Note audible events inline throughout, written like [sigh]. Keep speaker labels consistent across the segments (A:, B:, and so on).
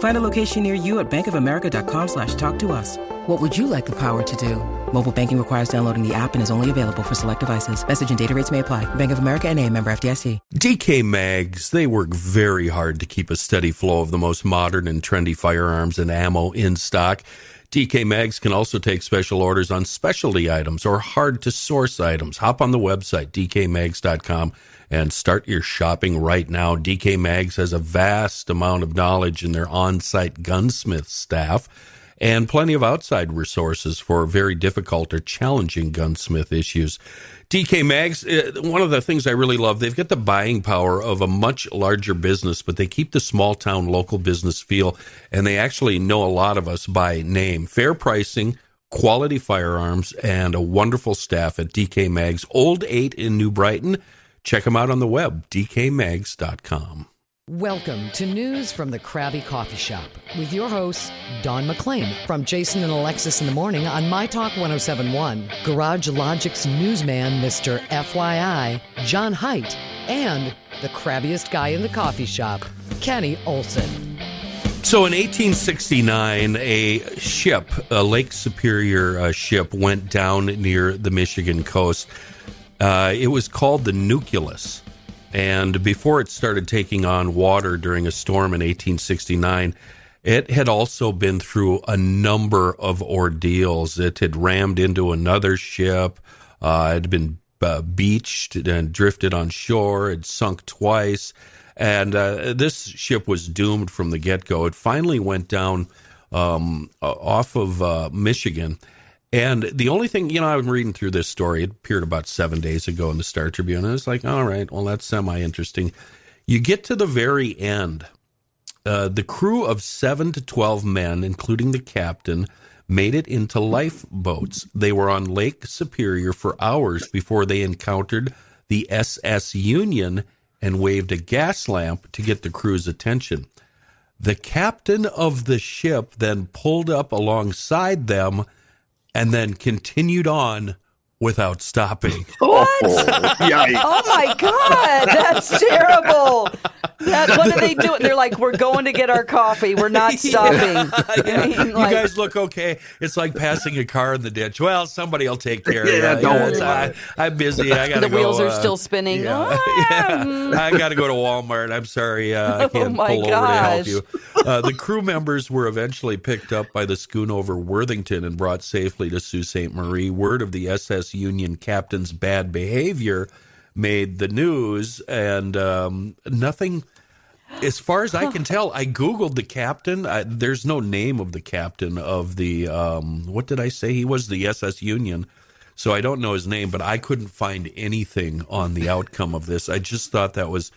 A: Find a location near you at bankofamerica.com slash talk to us. What would you like the power to do? Mobile banking requires downloading the app and is only available for select devices. Message and data rates may apply. Bank of America and a member FDIC.
B: DK Mags, they work very hard to keep a steady flow of the most modern and trendy firearms and ammo in stock. DK Mags can also take special orders on specialty items or hard to source items. Hop on the website, dkmags.com, and start your shopping right now. DK Mags has a vast amount of knowledge in their on site gunsmith staff and plenty of outside resources for very difficult or challenging gunsmith issues. DK Mags, uh, one of the things I really love, they've got the buying power of a much larger business, but they keep the small town local business feel, and they actually know a lot of us by name. Fair pricing, quality firearms, and a wonderful staff at DK Mags, Old 8 in New Brighton. Check them out on the web, dkmags.com.
C: Welcome to News from the Krabby Coffee Shop with your hosts, Don McClain from Jason and Alexis in the Morning on My Talk 1071, Garage Logic's newsman, Mr. FYI, John Height, and the crabbiest guy in the coffee shop, Kenny Olson.
B: So in 1869, a ship, a Lake Superior uh, ship, went down near the Michigan coast. Uh, it was called the Nucleus. And before it started taking on water during a storm in 1869, it had also been through a number of ordeals. It had rammed into another ship, uh, it had been uh, beached and drifted on shore, it sunk twice. And uh, this ship was doomed from the get go. It finally went down um, off of uh, Michigan. And the only thing, you know, I'm reading through this story. It appeared about seven days ago in the Star Tribune. And I was like, all right, well, that's semi interesting. You get to the very end. Uh, the crew of seven to 12 men, including the captain, made it into lifeboats. They were on Lake Superior for hours before they encountered the SS Union and waved a gas lamp to get the crew's attention. The captain of the ship then pulled up alongside them and then continued on without stopping.
D: What?
E: [laughs]
F: oh my god, that's terrible. That, what are they doing? They're like, we're going to get our coffee. We're
B: [laughs]
F: not stopping. I mean,
B: you
F: like-
B: guys look okay. It's like passing a car in the ditch. Well, somebody will
D: [laughs]
B: take care of it.
D: Yeah,
B: You
D: don't
B: know, it's-
D: worry about
B: I, am busy.
D: [laughs]
B: I gotta
F: the
B: go,
F: wheels are
B: uh,
F: still spinning.
B: yeah, [laughs]
F: Ah,
B: yeah. I got to go to Walmart. I'm sorry.
F: [laughs]
B: Uh, I can't
F: Oh my
B: pull over to help
F: gosh.
B: you. Uh, the crew members were eventually picked up by the schooner over Worthington and brought safely to Sault Ste. Marie. Word of the SS Union captain's bad behavior made the news, and um, nothing. As far as I can tell, I googled the captain. I, there's no name of the captain of the. Um, what did I say? He was the SS Union. So I don't know his name, but I couldn't find anything on the outcome of this. I just thought that was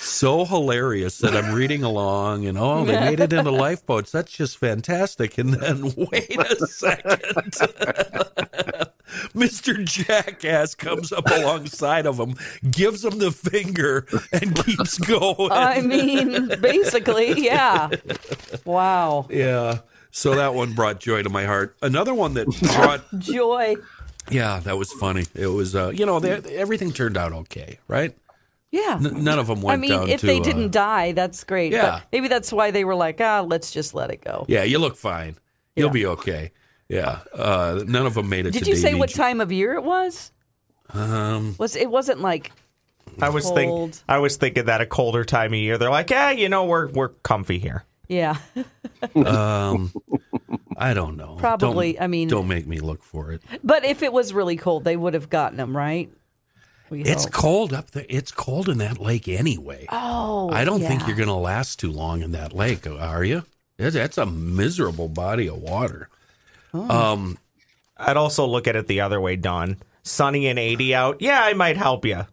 B: so hilarious that I'm reading along and oh, they made it into lifeboats. That's just fantastic. And then [laughs] wait a second. [laughs] Mr. Jackass comes up alongside of him, gives him the finger, and keeps going.
F: I mean, basically, yeah. Wow,
B: yeah. So that one brought joy to my heart. Another one that brought
F: joy.
B: Yeah, that was funny. It was, uh, you know, they, everything turned out okay, right?
F: Yeah.
B: N- none of them went
F: I mean,
B: down
F: if
B: to,
F: they
B: uh,
F: didn't die, that's great.
B: Yeah.
F: But maybe that's why they were like, ah, let's just let it go.
B: yeah, you look fine. You'll
F: Yeah.
B: be okay. Yeah, uh, none of them made it.
F: Did
B: to
F: you say
B: Davy
F: what
B: Jones.
F: time of year it was?
B: Um,
F: Was it wasn't like
G: I was thinking
F: Cold.
G: I was thinking that a colder time of year. They're like, yeah, you know, we're we're comfy here.
F: yeah. [laughs]
B: um, I don't know.
F: Probably,
B: Don't-
F: I mean-
B: don't make me look for it.
F: But if it was really cold, they would have gotten them, right? We
B: It's
F: hope.
B: cold up there. It's cold in that lake anyway.
F: Oh,
B: I don't think
F: yeah.
B: you're going to last too long in that lake, are you? That's- That's a miserable body of water. Um,
G: I'd also look at it the other way, Don. Sunny and 80 out. Yeah, I might help you.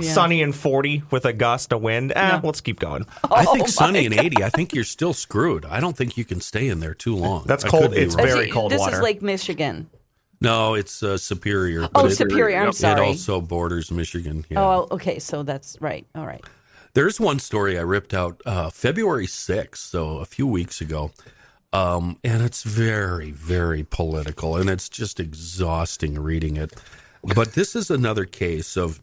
G: Sunny and 40 with a gust of wind. Eh, let's keep going.
B: I
F: Oh,
B: think sunny and 80, I think you're still screwed. I don't think you can stay in there too long.
G: That's
B: I
G: cold.
B: could be
G: It's
B: wrong.
G: very
F: Is it-
G: cold
F: this
G: water.
F: is Lake Michigan.
B: No, it's uh, Superior.
F: Oh,
B: but it-
F: Superior. I'm
B: It
F: sorry.
B: also borders Michigan. Yeah.
F: Oh, okay. So that's right. All right.
B: There's one story I ripped out uh, February 6th, so a few weeks ago. Um, and it's very, very political, and it's just exhausting reading it. But this is another case of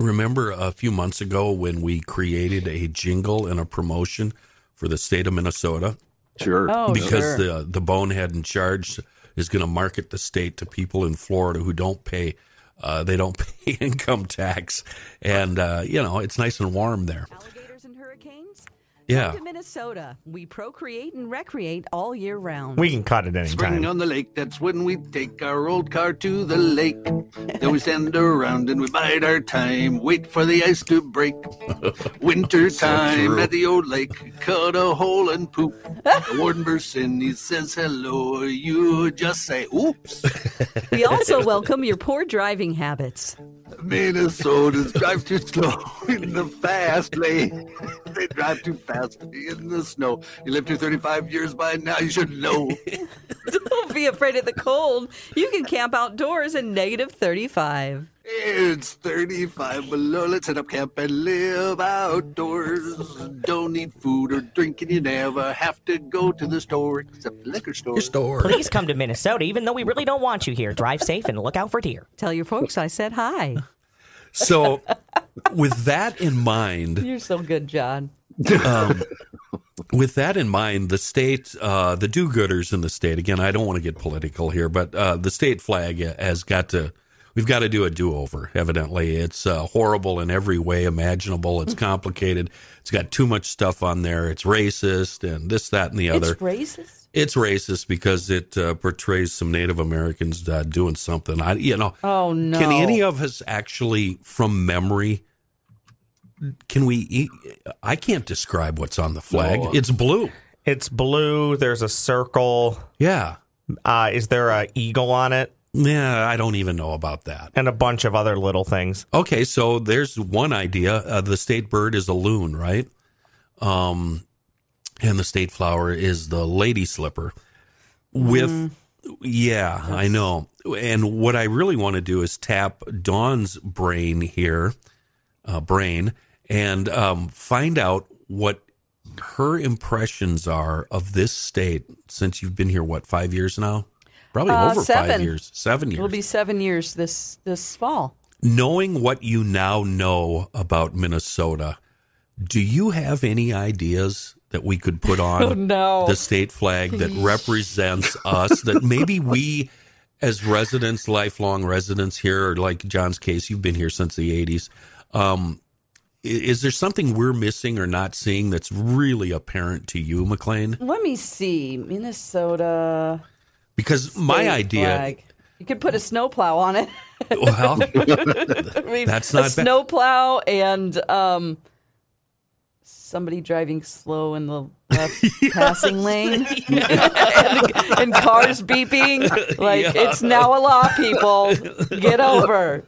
B: remember a few months ago when we created a jingle and a promotion for the state of Minnesota?
D: Sure.
F: Oh,
B: because
F: sure.
B: the the bonehead in charge is going to market the state to people in Florida who don't pay uh, they don't [laughs] pay income tax, and uh, you know it's nice and warm there.
F: Alligators and hurricanes.
B: Yeah,
F: To [laughs] Minnesota, we procreate and recreate all year round.
G: We can cut it
D: Spring
G: anytime.
D: on the lake, that's when we take our old car to the lake. Then we stand around and we bide our time, wait for the ice to break. Winter time
B: true.
D: at the old lake, cut a hole and poop. The warden bursts in, he says hello, you just say oops.
F: We also welcome your poor driving habits.
D: Minnesotans drive too slow in the fast lane. they drive too fast in the snow. You live to 35 years by now, you should know.
F: Don't be afraid of the cold. You can camp outdoors in negative 35.
D: It's 35 below. Let's set up camp and live outdoors. Don't need food or drink, and you never have to go to the store except the liquor store.
B: store.
H: Please come to Minnesota, even though we really don't want you here. Drive safe and look out for deer.
F: Tell your folks I said hi.
B: So, with that in mind,
F: You're so good, John.
B: with that in mind, the state, uh, the do-gooders in the state. Again, I don't want to get political here, but uh, the state flag has got to. We've got to do a do-over. Evidently, it's uh, horrible in every way imaginable. It's complicated. It's got too much stuff on there. It's racist and this, that, and the other.
F: It's racist.
B: It's racist because it uh, portrays some Native Americans uh, doing something. I, you know,
F: Oh, no.
B: can any of us actually, from memory, can we? Eat? I can't describe what's on the flag. It's blue.
G: It's blue. There's a circle.
B: Yeah,
G: Uh, is there a eagle on it?
B: yeah. I don't even know about that.
G: And a bunch of other little things.
B: Okay, so there's one idea. Uh, the state bird is a loon, right? Um, and the state flower is the lady slipper. With
F: Mm-hmm.
B: yeah, I know. And what I really want to do is tap Dawn's brain here, uh, brain, and um, find out what her impressions are of this state since you've been here. What five years now? Probably
F: Uh,
B: over five
F: seven.
B: years, seven years
F: It'll be seven years this this fall.
B: knowing what you now know about Minnesota, do you have any ideas that we could
F: [laughs]
B: put on
F: Oh, no.
B: the state flag that represents us? That maybe we, as residents, lifelong residents here, or like John's case, you've been here since the 80s. Um, i- is there something we're missing or not seeing that's really apparent to you, McLean?
F: Let me see. Minnesota.
B: Because my
F: state
B: idea,
F: flag. You could put a snowplow on it.
B: [laughs] well,
F: I mean,
B: That's
F: a
B: not bad.
F: snowplow and um, somebody driving slow in the
B: [laughs]
F: left passing lane [laughs] and, and cars beeping.
B: [laughs]
F: Like it's now a law, people. Get
B: [laughs]
F: over.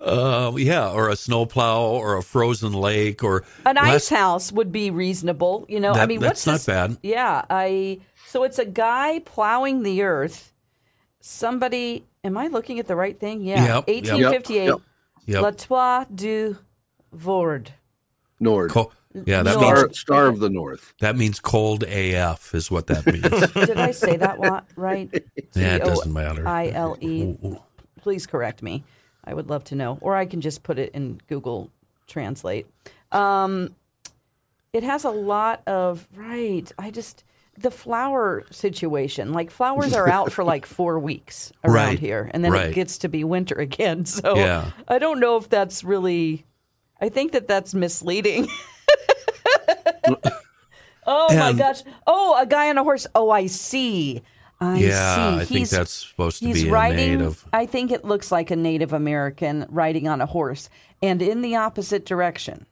B: uh, yeah, or a snowplow, or a frozen lake, or
F: An
B: last-
F: ice house would be reasonable. You know, I
B: That-
F: mean,
B: that's
F: what's
B: not
F: this-
B: bad.
F: Yeah, I. So it's a guy plowing the earth. Somebody, am I looking at the right thing? Yeah,
B: Yep, yep.
F: eighteen fifty-eight.
D: Yep,
B: Yep.
F: La Trois du Vord.
D: Nord.
B: Co- yeah, that
F: Nor-
B: means
D: Star, Star of the North.
B: that means cold AF is what
F: [laughs]
B: that means.
F: Did I say that wa- right?
B: [laughs] yeah, it doesn't matter.
F: I L E.
B: Ooh, ooh.
F: Please correct me. I would love to know, or I can just put it in Google Translate. Um, it has a lot of right. I just the flower situation. Like flowers are out for
B: [laughs]
F: like four weeks around
B: Right,
F: here, and then
B: right.
F: it gets to be winter again. [laughs] So
B: Yeah.
F: I don't know if that's really. I think that that's misleading. Oh my
B: And-
F: gosh. Oh, a guy on a horse. Oh, I Oh, see. I
B: yeah,
F: see.
B: I think
F: He's-
B: that's supposed to
F: he's
B: be
F: riding,
B: a native.
F: I think it looks like a Native American riding on a horse and in the opposite direction.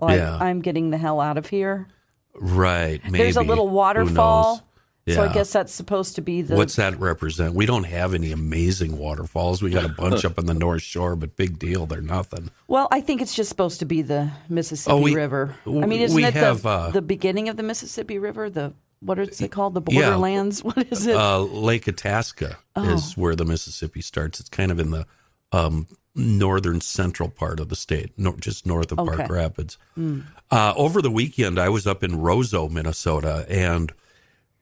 F: Like,
B: Yeah.
F: I'm getting the hell out of here.
B: Right. Maybe.
F: There's a little
B: Who knows?
F: waterfall. So I
B: Yeah.
F: guess that's supposed to be the.
B: What's that represent? We don't have any amazing waterfalls. We got a bunch up on the North Shore, but big deal, they're nothing.
F: Well, I think it's just supposed to be the Mississippi
B: Oh, we-
F: River. I
B: w-
F: mean, isn't
B: we
F: it
B: have,
F: the,
B: uh,
F: the beginning of the Mississippi River? The what is it called? The
B: Yeah.
F: borderlands? [laughs] What is it?
B: Uh, Lake Itasca
F: Oh.
B: is where the Mississippi starts. It's kind of in the um, northern central part of the state, nor- just north of
F: Okay. Hmm.
B: Park Rapids. Uh, over the weekend, I was up in Roseau, Minnesota, and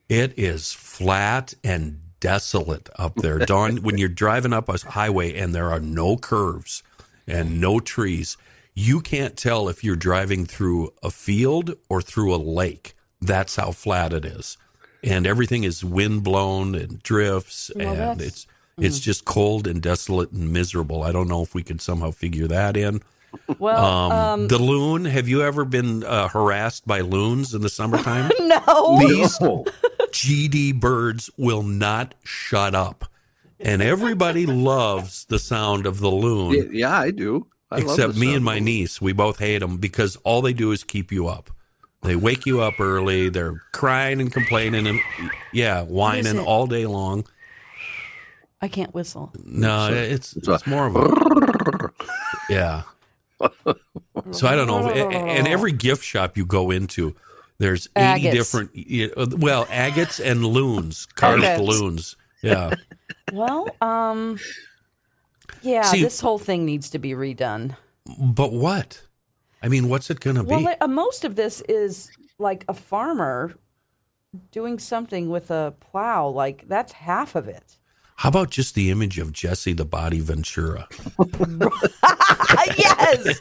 B: it is flat and desolate up there. Dawn, when you're driving up a highway and there are no curves and no trees, you can't tell if you're driving through a field or through a lake. That's how flat it is. And everything is wind blown and drifts and it's it's just cold and desolate and miserable. I don't know if we could somehow figure that in.
F: well,
B: Um, the loon. Have you ever been uh, harassed by loons in the summertime?
F: no.
B: These GD birds will not shut up, and everybody loves the sound of the loon.
D: Yeah, yeah, I do. I love
B: except
D: the
B: me
D: sound
B: and
D: of
B: my
D: them.
B: niece, we both hate them because all they do is keep you up. They wake you up early. They're crying and complaining and yeah, whining all day long.
F: I can't whistle.
B: No, it's
D: a-
B: it's more of a yeah. So I don't know, A- a- and every gift shop you go into, there's eighty
F: Agates.
B: different. y- uh, Well, agates and loons, carved
F: Agates.
B: loons. Yeah,
F: Well, um, yeah,
B: See-
F: this whole thing needs to be redone.
B: but what? I mean, what's it gonna be?
F: Well, uh, most of this is like a farmer doing something with a plow. Like that's half of it.
B: [laughs]
F: [laughs]
B: How about just the image of Jesse the Body Ventura
F: yes, [laughs]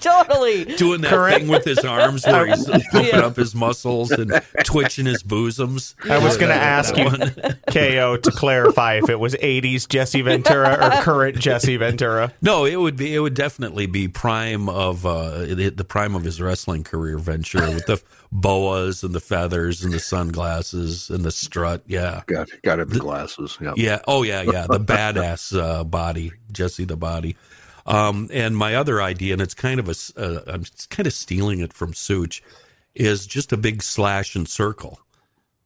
F: totally.
B: doing that thing with his arms,
F: [laughs]
B: where he's pumping up his muscles and twitching his bosoms?
G: I was going to
B: That-
G: ask
B: that
G: you,
B: one.
G: KO, to clarify if it was 80s
F: [laughs]
G: Jesse Ventura or current Jesse Ventura.
B: No, it would be. It would definitely be prime of uh, the the prime of his wrestling career venture with the boas and the feathers and the sunglasses and the strut. Yeah,
D: Got, got it. The glasses. Yeah.
B: yeah. [laughs] Oh yeah, yeah. The badass uh, body, Jesse the body. Um, and my other idea, and it's kind of a, s- uh, I'm s- kind of stealing it from Such, is just a big slash and circle.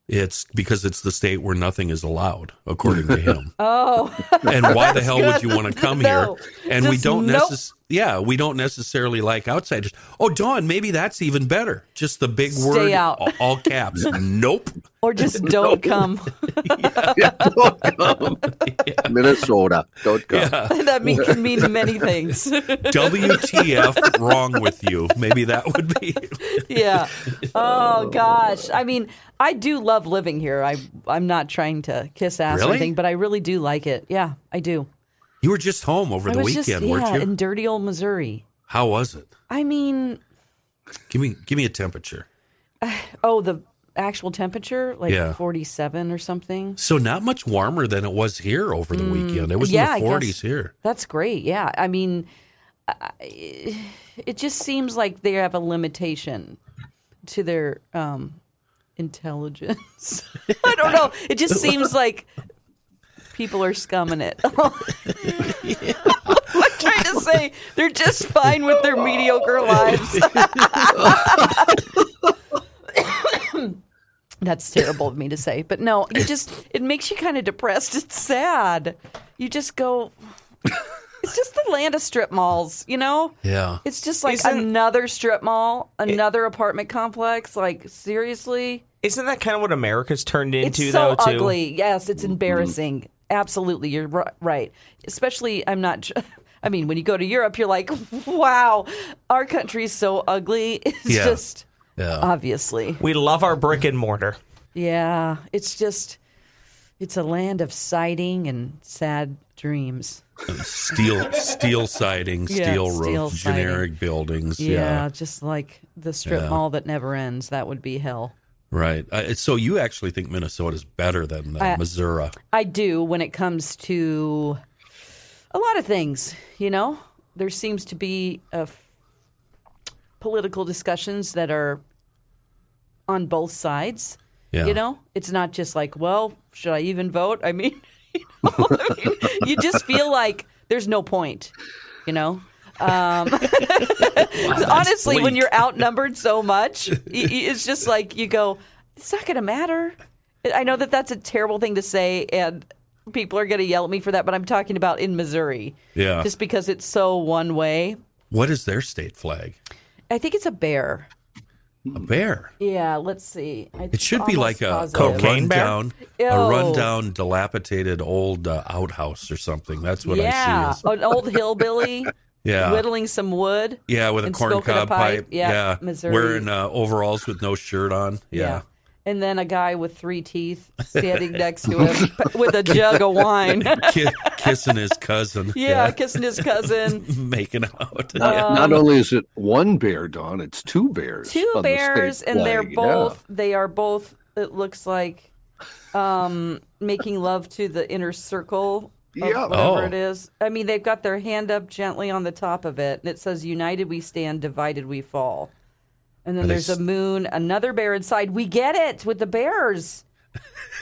B: It's because it's the state where nothing is allowed, according to him.
F: Oh, [laughs]
B: and why the hell would you want to come
F: No.
B: here? And we
F: Just
B: don't
F: nope.
B: necess- yeah, we don't necessarily like outsiders. Oh, Dawn, maybe that's even better. Just the big
F: Stay
B: word,
F: out.
B: all-
F: [laughs]
B: all caps. nope.
F: or just don't come. [laughs]
D: Yeah, don't come. [laughs] Minnesota. Don't come.
F: that mean, can mean many things. [laughs]
B: WTF? wrong with you? Maybe that would be. [laughs]
F: yeah. Oh gosh. I mean, I do love living here. I I'm not trying to kiss ass or
B: Really?
F: anything, but I really do like it. Yeah, I do.
B: You were just home over
F: I
B: the
F: was
B: weekend,
F: just
B: weren't
F: yeah
B: you?
F: in dirty old Missouri.
B: How was it?
F: I mean,
B: Give me give me a temperature.
F: oh the actual temperature like
B: Yeah.
F: 47 or something.
B: So not much warmer than it was here over the weekend. It was
F: Mm, yeah, I
B: in the
F: guess.
B: 40s here.
F: That's great. Yeah. I mean, I, it just seems like they have a limitation to their um, intelligence. [laughs] I don't know. It just seems like people are scumming it. [laughs] I'm trying to say they're just fine with their mediocre lives. [laughs] That's terrible of me to say, but no, you just it makes you kind of depressed. It's sad. You just go. It's just the land of strip malls, you know.
B: Yeah.
F: It's just like
G: Isn't-
F: another strip mall, another apartment complex. Like seriously,
G: Isn't that kind of what America's turned
F: it's
G: into,
F: so
G: though, too?
F: ugly. Yes, it's embarrassing. Absolutely, you're ri- right. Especially, I'm not. j- [laughs] I mean, when you go to Europe, you're like, [laughs] wow, our country's so ugly. [laughs] It's
B: Yeah.
F: just
B: Yeah.
F: obviously,
G: We love our brick and mortar.
F: yeah. It's just, it's a land of sighting and sad dreams.
B: Steel steel siding,
F: [laughs] Yeah,
B: steel roof,
F: steel siding.
B: generic buildings.
F: Yeah, just like the strip mall that never ends. That would be hell.
B: Right. Uh, so you actually think Minnesota's better than uh, Missouri?
F: I do when it comes to a lot of things, you know? There seems to be uh, political discussions that are on both sides.
B: Yeah.
F: You know, it's not just like, well, should I even vote? I mean, [laughs] you, know, I mean, you just feel like there's no point. You
B: [laughs]
F: know. Um, [laughs] honestly, when
B: bleak.
F: you're outnumbered so
B: [laughs]
F: much, y- y- it's just like you go, it's not going to matter. I know that that's a terrible thing to say, and people are going to yell at me for that, but I'm talking about in Missouri.
B: Yeah.
F: Just because it's so one way.
B: What is their state flag?
F: I think it's a bear.
B: A bear.
F: Yeah, let's see. I-
B: It should be like a,
F: almost
B: a
F: positive.
G: Cocaine bear?
B: rundown,
F: Ew.
B: a rundown, dilapidated old uh, outhouse or something. That's what
F: yeah,
B: I see. As,
F: an old hillbilly
B: [laughs] yeah,
F: whittling some wood.
B: yeah, with a
F: and
B: corn
F: smoking a
B: cob
F: pipe.
B: pipe.
F: Yeah, Missouri.
B: wearing uh, overalls with no shirt on. Yeah,
F: And then a guy with three
B: [laughs]
F: teeth standing next to him with a jug of wine.
B: Ki- kissing his cousin.
F: [laughs] yeah, kissing his
D: [laughs]
F: cousin.
B: [laughs] making
F: [laughs]
B: out.
D: Not, not only is it one bear, Don, it's two bears.
F: two
D: on the state
F: bears and they're
D: flag, yeah.
F: both they are both it looks like um making love to the inner circle of
D: Yeah.
F: whatever
B: Oh.
F: it is i mean they've got their hand up gently on the top of it and it says united we stand divided we fall and then
B: Are they
F: there's
B: s-
F: a moon another bear inside we get it with the
B: [laughs]
F: bears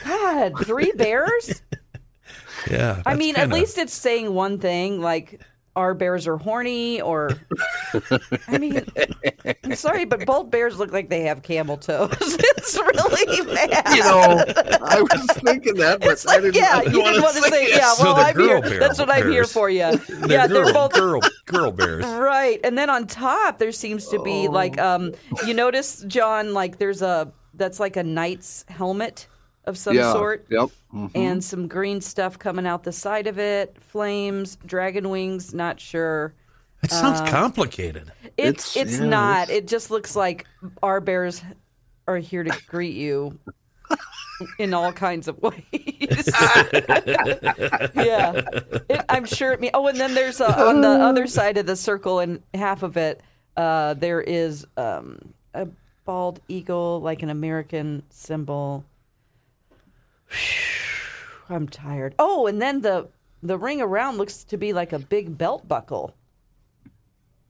F: god three bears
B: Yeah,
F: i
B: that's
F: mean
B: kinda-
F: at least it's saying one thing like our bears are horny
B: [laughs]
F: or I mean, I'm sorry, but bald bears look like they have camel toes. [laughs] it's
B: [laughs]
F: really bad.
D: You know, I was
F: [laughs]
D: thinking that, but I
F: Like,
D: didn't,
F: yeah,
D: I
F: you didn't want to say,
D: it.
F: yeah.
B: So
F: Well,
B: they're
F: I'm here.
B: girl bear-
F: That's what I'm here
B: bears.
F: for.
B: [laughs]
F: Yeah,
B: They're
F: yeah.
B: girl,
F: They're both
B: girl, girl bears.
F: [laughs] right. And then on top, there seems to
B: Oh.
F: be like, um, you notice, John, like there's a that's like a knight's helmet of some
D: yeah.
F: sort,
D: Yep. mhm.
F: and some green stuff coming out the side of it. Flames, dragon wings. Not sure.
B: That sounds
F: Uh,
B: complicated.
F: It's it's,
D: It's- yeah,
F: not. It just looks like our bears are here to greet you in all kinds of [laughs] ways. yeah, It- I'm sure it means. Oh, and then there's uh on the
D: [sighs]
F: other side of the circle, and half of it, uh, there is um, a bald eagle, like an American symbol. [sighs] I'm tired. Oh, and then the the ring around looks to be like a big belt buckle.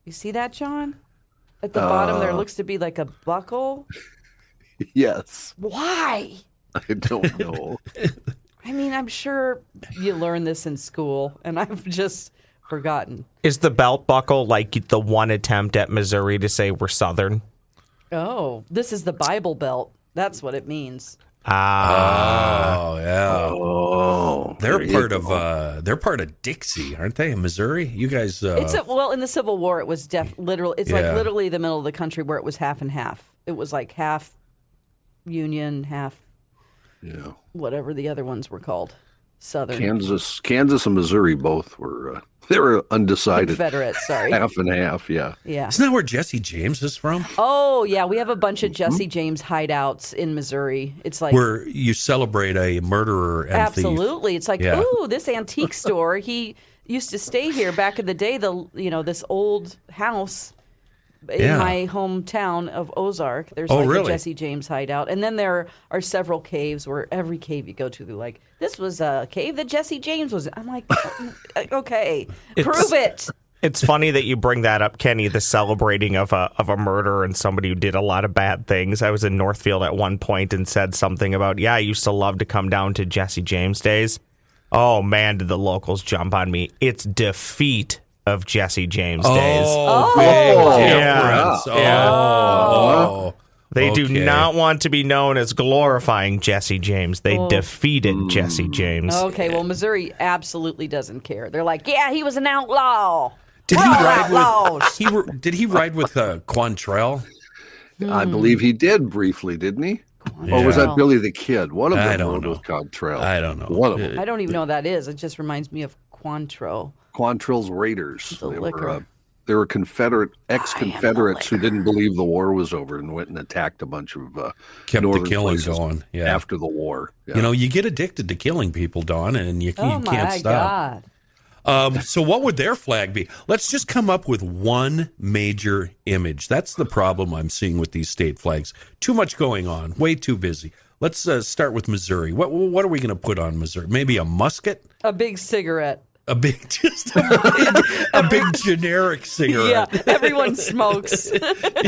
F: You see that, John? At the bottom
B: Uh.
F: there looks to be like a buckle.
D: Yes.
F: Why?
D: [laughs] I don't know.
F: I mean, I'm sure you learned this in school, and I've just forgotten.
G: Is the belt buckle like the one attempt at Missouri to say we're Southern?
F: Oh, this is the Bible Belt. That's what it means.
G: Ah,
B: Oh yeah,
D: oh,
B: they're
D: there you
B: part
D: go.
B: of uh, they're part of Dixie, aren't they? In Missouri, you guys. Uh,
F: It's a, well, in the Civil War, it was def- literal. It's
B: Yeah.
F: like literally the middle of the country where it was half and half. It was like half Union, half
D: Yeah.
F: whatever the other ones were called, Southern
D: Kansas, Kansas, and Missouri both were uh, [laughs] they were undecided,
F: Confederate.
B: [laughs]
F: Sorry,
D: half and half. Yeah.
F: yeah.
B: isn't that where Jesse James is from?
F: Oh yeah, we have a bunch of Jesse James hideouts in Missouri. It's like
B: Where you celebrate a murderer and thief.
F: absolutely. It's like
B: Yeah.
F: ooh, this
B: [laughs]
F: antique store. he used to stay here back in the day. The you know this old house in
B: Yeah.
F: my hometown of Ozark. There's
B: Oh,
F: like a
B: really?
F: Jesse James hideout, and then there are several caves where every cave you go to, they're like this was a cave that Jesse James was. in." I'm like, [laughs] okay, prove
B: [laughs]
F: it.
G: it's funny that you bring that up, Kenny. The celebrating of a of a murder and somebody who did a lot of bad things. I was in Northfield at one point and said something about, yeah, I used to love to come down to Jesse James days. Oh man, did the locals jump on me? It's defeat of Jesse James days.
B: Oh, big
G: Yeah.
B: difference. Oh,
G: Yeah.
B: oh.
G: They do
B: okay.
G: not want to be known as glorifying Jesse James. They
F: Oh.
G: defeated Jesse James.
F: Okay, well, Missouri absolutely doesn't care. They're like, yeah, he was an outlaw.
B: Did he
F: We're all
B: ride
F: outlaws.
B: with? He were- did he ride with uh, Quantrell?
D: I believe he did briefly, didn't he? Or was
F: Yeah.
D: that Billy the Kid? One of them
B: I don't
D: rode
B: know.
D: with Contrail.
B: I don't know. Uh,
D: One of them.
F: I don't even know what that is. It just reminds me of Cointreau.
B: Uh,
D: Quantrill's Raiders.
F: The
D: they
F: liquor.
D: were uh, they were Confederate ex Confederates who didn't believe the war was over and went and attacked a bunch of uh,
B: Kept the
D: northern
B: killing
D: places
B: going. Yeah.
D: after the war.
B: You know, you get addicted to killing people, Don, and you,
F: Oh
B: you
F: my
B: can't stop.
F: god!
B: Um, so, what would their flag be? Let's just come up with one major image. That's the problem I'm seeing with these state flags. Too much going on. Way too busy. Let's uh, start with Missouri. What what are we going to put on Missouri? Maybe a musket.
F: A big cigarette.
B: a big, [laughs] just a big, a big generic
F: Yeah, [laughs]
B: cigarette.
F: everyone
B: [laughs]
F: smokes.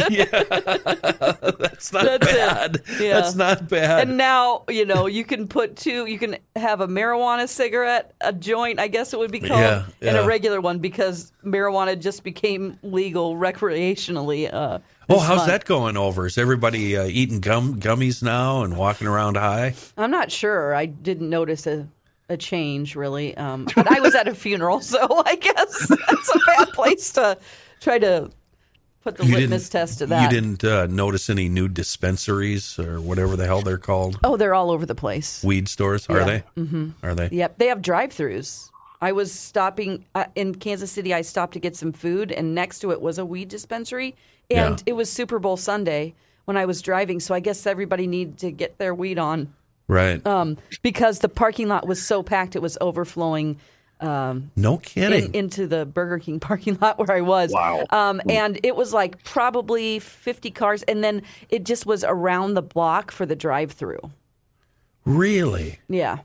B: Yeah, that's not
F: That's it.
B: bad.
F: Yeah.
B: That's not bad.
F: and now, you know, you can put two, you can have a marijuana cigarette, a joint, I guess it would be called,
B: Yeah,
F: and
B: yeah.
F: a regular one because marijuana just became legal recreationally. Uh,
B: oh,
F: this
B: how's
F: month.
B: that going over? Is everybody uh, eating gum gummies now and walking around high?
F: I'm not sure. I didn't notice a, a change really. Um, but I was at a funeral, so [laughs] I guess that's a bad place to try to put the litmus test to that.
B: You didn't uh, notice any new dispensaries or whatever the hell they're called?
F: Oh, they're all over the place.
B: Weed stores? Are
F: Yeah.
B: they? Mm-hmm. Are they?
F: Yep, they have drive-throughs. I was stopping uh, in Kansas City. I stopped to get some food, and next to it was a weed dispensary. And
B: Yeah.
F: it was Super Bowl Sunday when I was driving, so I guess everybody needed to get their weed on
B: Right.
F: um, because the parking lot was so packed; it was overflowing. Um,
B: no
F: in-
B: kidding.
F: into the Burger King [laughs] parking lot where I was.
D: Wow.
F: Um, and it was like probably 50 cars. And then it just was around the block for the drive through.
B: really?
F: Yeah.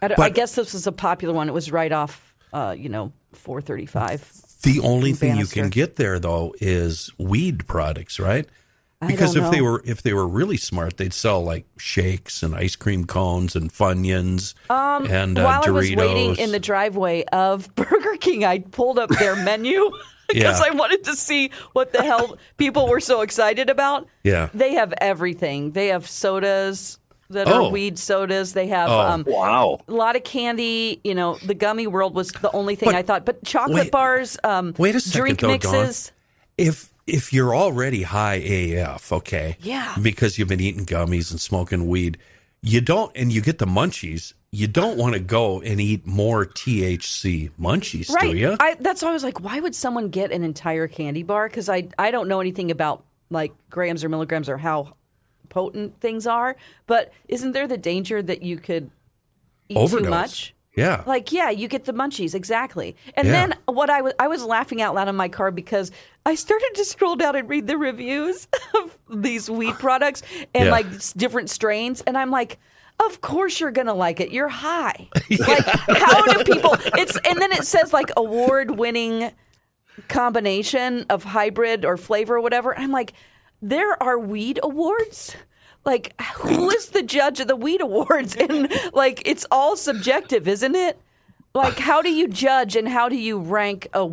F: I, don't- I
B: But-
F: guess this was a popular one. It was right off, uh, you know, 435.
B: The only thing you
F: Bannister.
B: can get there though is weed products, right?
F: I
B: Because
F: don't
B: if they
F: know.
B: were if they were really smart, they'd sell like shakes and ice cream cones and funyuns and uh,
F: Um, While
B: Doritos.
F: I was waiting in the driveway of [laughs] Burger King, I pulled up
B: [laughs]
F: their menu [laughs] because
B: Yeah.
F: I wanted to see what the hell people were so excited about.
B: Yeah.
F: They have everything. They have sodas that
B: Oh.
F: are weed sodas. They have
B: Oh.
F: um,
D: Wow.
F: a lot of candy. You know, the gummy world was the only thing
B: But-
F: I thought. But chocolate
B: wait-
F: bars, um,
B: wait a second,
F: drink
B: though, Dawn.
F: mixes.
B: if if you're already high AF, okay,
F: Yeah.
B: because you've been eating gummies and smoking weed, you don't, and you get the munchies. You don't want to go and eat more THC munchies, do you?
F: I, that's why I was like, why would someone get an entire candy bar? Because I I don't know anything about like grams or milligrams or how potent things are. But isn't there the danger that you could eat
B: Overdose.
F: too much?
B: Yeah.
F: Like yeah, you get the munchies exactly. And
B: Yeah.
F: then what I was I was laughing out loud in my car because I started to scroll down and read the reviews [laughs] of these weed products and
B: Yeah.
F: like s- different strains, and I'm like. Of course you're gonna like it. You're
B: [laughs]
F: high. Like how do people? It's and then it says like award-winning combination of hybrid or flavor or whatever. I'm like, there are weed awards. Like, who is the judge of the weed awards? [laughs] And like, it's all subjective, isn't it? Like, how do you judge and how do you rank a?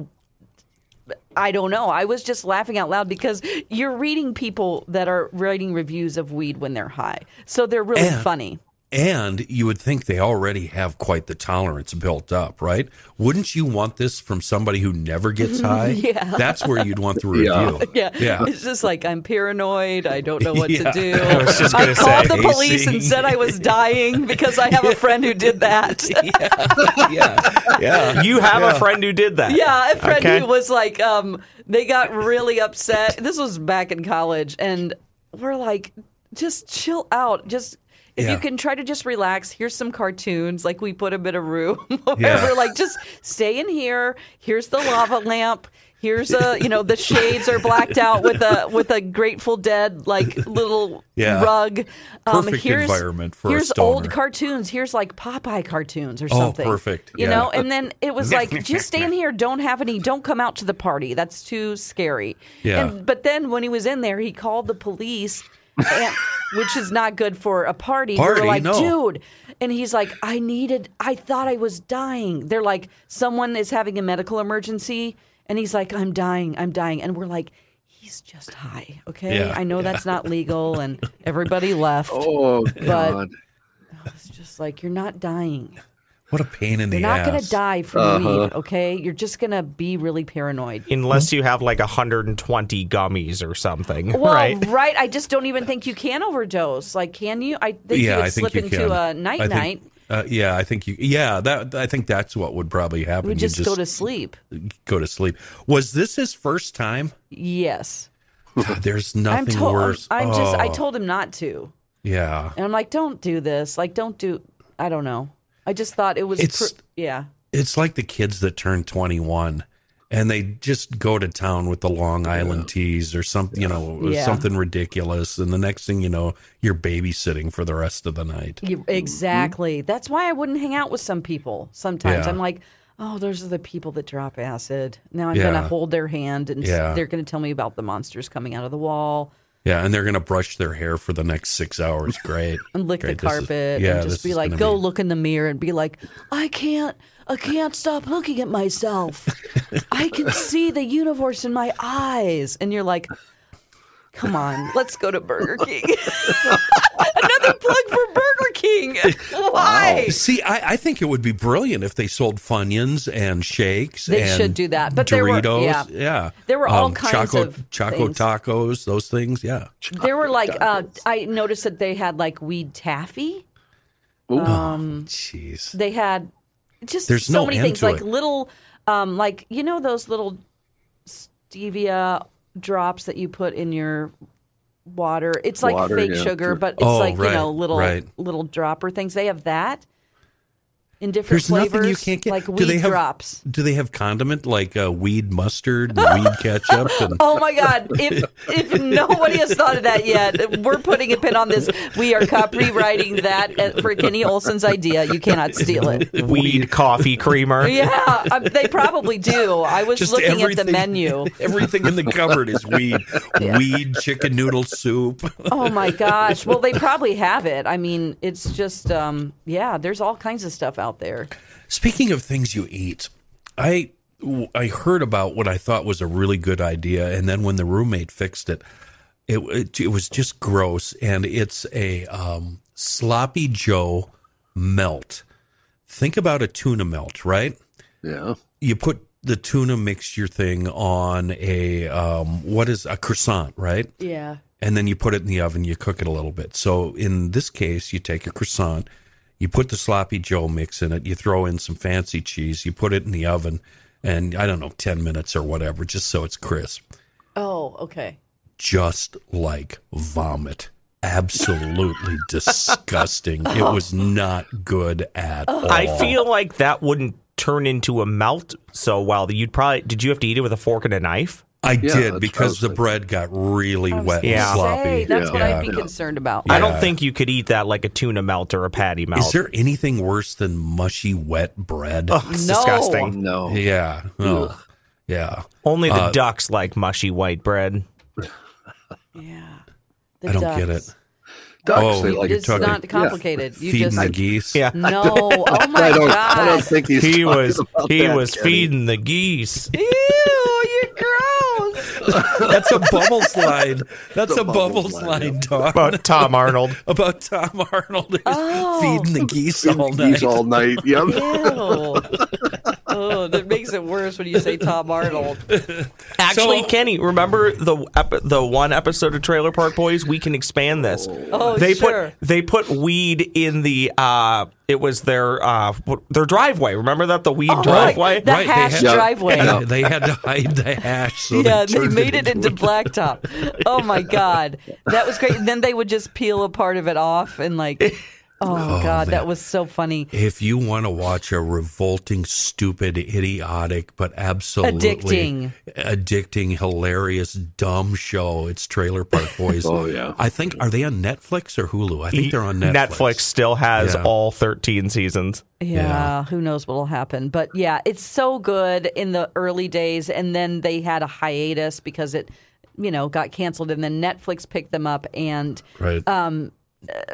F: I don't know. I was just laughing out loud because you're reading people that are writing reviews of weed when they're high, so they're really
B: And-
F: funny.
B: And you would think they already have quite the tolerance built up, right? Wouldn't you want this from somebody who
F: [laughs]
B: never gets high? yeah. That's where you'd want the
D: Yeah.
B: review.
F: Yeah.
B: Yeah.
F: It's just like I'm paranoid. I don't know
G: [laughs]
F: what
B: Yeah.
F: to do.
G: I was just
F: I
G: gonna
F: called
G: say,
F: the police
B: AC.
F: and said I was dying because I have a friend who did
G: [laughs]
F: that. [laughs]
B: Yeah. yeah.
G: You have a friend who did that.
F: yeah, a friend
G: Okay.
F: who was like, um, they got really upset. This was back in college, and we're like, just chill out. Just if
B: Yeah.
F: you can try to just relax. Here's some cartoons. Like we put him in a room. [laughs] where
B: Yeah.
F: We're like, just stay in here. Here's the lava lamp. Here's a you know the shades are blacked out with a with a Grateful Dead like little
B: [laughs] Yeah.
F: rug. Um,
B: Perfect environment for a
F: here's
B: stoner.
F: old cartoons. Here's like Popeye cartoons or
B: Oh,
F: something.
B: perfect.
F: You
B: Yeah.
F: know, and then it was
B: [laughs]
F: like, just stay in here. Don't have any. Don't come out to the party. That's too scary.
B: Yeah.
F: And, but then when he was in there, he called the police,
B: [laughs]
F: and, which is not good for a party. We
B: Party,
F: were like,
B: no.
F: dude. And he's like, I needed. I thought I was dying. They're like, someone is having a medical emergency, and he's like, I'm dying. I'm dying. And we're like. He's just high, okay?
B: Yeah,
F: I know that's not legal, and everybody
B: [laughs]
F: left.
D: Oh, God.
F: It's just like you're not dying.
B: What a pain in the
F: You're not
B: ass.
F: going to die from weed,
B: Uh-huh.
F: okay? You're just going to be really
B: [laughs]
F: paranoid.
G: Unless you have like 120 gummies or something,
F: Well,
G: right?
F: right. I just don't even think you can overdose. Like, can you? I think you
B: yeah,
F: would
B: I think
F: slip
B: you
F: into
B: can.
F: a
B: I
F: night
B: think-
F: night.
B: Uh, yeah, I think you. Yeah, that I think that's what would probably happen.
F: We
B: You
F: just, go to sleep.
B: go to sleep. Was this his first time?
F: Yes,
B: There's
F: I'm
B: nothing
F: told. I'm,
B: worse.
F: I'm just. I
B: Oh,
F: told him not to,
B: Yeah,
F: and I'm like, don't do this. Like, don't do. I don't know. I just thought it was.
B: It's-
F: pr- yeah.
B: it's like the kids that turn 21 and they just go to town with the Long Island teas or something, you know,
F: Yeah.
B: something ridiculous. And the next thing you know, you're babysitting for the rest of the night.
F: You- exactly. That's why I wouldn't hang out with some people sometimes.
B: Yeah.
F: I'm like, oh, those are the people that drop acid. Now I'm
B: Yeah.
F: going to hold their hand and s-
B: Yeah.
F: they're going to tell me about the monsters coming out of the wall
B: Yeah, and they're going to brush their hair for the next six hours. Great.
F: [laughs] and lick
B: Great.
F: the
B: This is-
F: carpet
B: yeah,
F: and
B: this
F: just be
B: is
F: like,
B: gonna
F: go look in the mirror and be like, I can't, I can't stop looking at myself.
B: [laughs]
F: I can see the universe in my eyes. And you're like, come on, let's go to Burger King. [laughs] Another plug for Burger
B: [laughs]
F: King. Why?
B: See, I, I think it would be brilliant if they sold Funyuns and shakes.
F: They
B: and
F: should do that, but there were-
B: Doritos,
F: yeah.
B: yeah, Um,
F: There were all kinds
B: choco,
F: of
B: choco
F: things.
B: tacos, those things. Yeah,
F: There were like, uh, I noticed that they had like weed taffy. Um,
B: jeez.
F: They had just
B: There's
F: so
B: no
F: many
B: end
F: things,
B: to
F: like
B: it.
F: little, um, like you know those little stevia drops that you put in your water. It's like
D: Water,
F: fake
D: yeah,
F: sugar,
D: sure.
F: but it's
B: Oh,
F: like you
B: right,
F: know little
B: right.
F: little dropper things. They have that in different
B: There's
F: flavors.
B: nothing you can't get.
F: Like weed
B: do they have
F: drops.
B: Do they have condiment like uh, weed mustard, and weed [laughs] ketchup, and
F: Oh my God! If if nobody has thought of that yet, we're putting a pin on this. We are copywriting that at- for Kenny Olson's idea. You cannot steal it.
G: Weed [laughs] coffee creamer.
F: Yeah, um, they probably do. I was
B: Just
F: looking at the
B: everything-
F: menu.
B: Everything in the cupboard is [laughs] weed. Weed chicken noodle soup.
F: Oh my gosh! Well, they probably have it. I mean, it's just um, yeah. There's all kinds of stuff out there.
B: Speaking of things you eat, I I heard about what I thought was a really good idea, and then when the roommate fixed it, it it, it was just gross. And it's a um, sloppy Joe melt. Think about a tuna melt, right?
D: Yeah.
B: You put the tuna mixture thing on a um, what is a croissant, right?
F: Yeah.
B: and then you put it in the oven, you cook it a little bit. So in this case, you take a croissant, you put the sloppy joe mix in it, you throw in some fancy cheese, you put it in the oven, and I don't know, 10 minutes or whatever, just so it's crisp.
F: Oh, okay.
B: Just like vomit. Absolutely disgusting. It was not good at all.
G: I feel like that wouldn't turn into a melt so well that you'd probably did you have to eat it with a fork and a knife?
B: I
D: that's
B: did
D: what I
B: because
D: was
B: the
D: thinking.
B: bread got really wet
G: gonna
B: and sloppy.
F: Say, that's what
B: Yeah.
F: I'd be concerned about.
G: I don't think you could eat that like a tuna melt or a patty melt.
B: Is there anything worse than mushy wet bread?
G: Ugh, it's
F: No.
G: disgusting.
D: No.
B: Yeah. Oh. Yeah.
G: Only the ducks like mushy white bread.
F: Yeah.
B: I don't get it.
D: Ducks,
B: Oh,
D: they
B: you
D: like
B: You're
F: It's
B: talking-
F: not complicated. You
B: Feeding
F: just
B: the geese.
G: Yeah.
F: [laughs] no. Oh my
D: I don't,
F: god.
D: I don't think he's
G: He
D: talking
G: was
D: about
G: he
D: that,
G: was
D: Kenny.
G: feeding the geese.
F: Ew, you're gross.
B: [laughs] That's a bubble slide. That's a
D: bubble
B: bubble
D: slide,
B: slide, Don.
G: But Tom Arnold.
B: [laughs] About Tom Arnold is
F: Oh.
B: feeding the geese
D: Feeding
B: all
D: the
B: night.
D: geese all night. Yep.
F: Ew. oh, that makes it worse when you say Tom Arnold.
G: Actually,
B: So-
G: Kenny, remember the ep- the one episode of Trailer Park Boys? We can expand this.
F: Oh,
G: they
F: sure.
G: put they put weed in the uh it was their uh w- their driveway. Remember that the weed
F: Oh,
G: driveway?
F: right. The
B: they
F: hash
B: had-
F: driveway.
B: Yeah, [laughs] they had to hide the hash. So
F: yeah,
B: they,
F: they
B: turned
F: made it
B: into-
F: into blacktop. Oh my god, that was great. And then they would just peel a part of it off and like, oh, god, that. was so funny.
B: If you want to watch a revolting, stupid, idiotic, but absolutely
F: Addicting.
B: addicting, hilarious, dumb show, it's Trailer Park Boys.
D: [laughs] Oh, yeah. E
B: I think are they on Netflix or Hulu? I think they're on Netflix.
G: still has
B: Yeah.
G: all 13 seasons.
F: Yeah, who knows what'll happen? But yeah, it's so good in the early days, and then they had a hiatus because it, you know, got canceled, and then Netflix picked them up and
B: Right.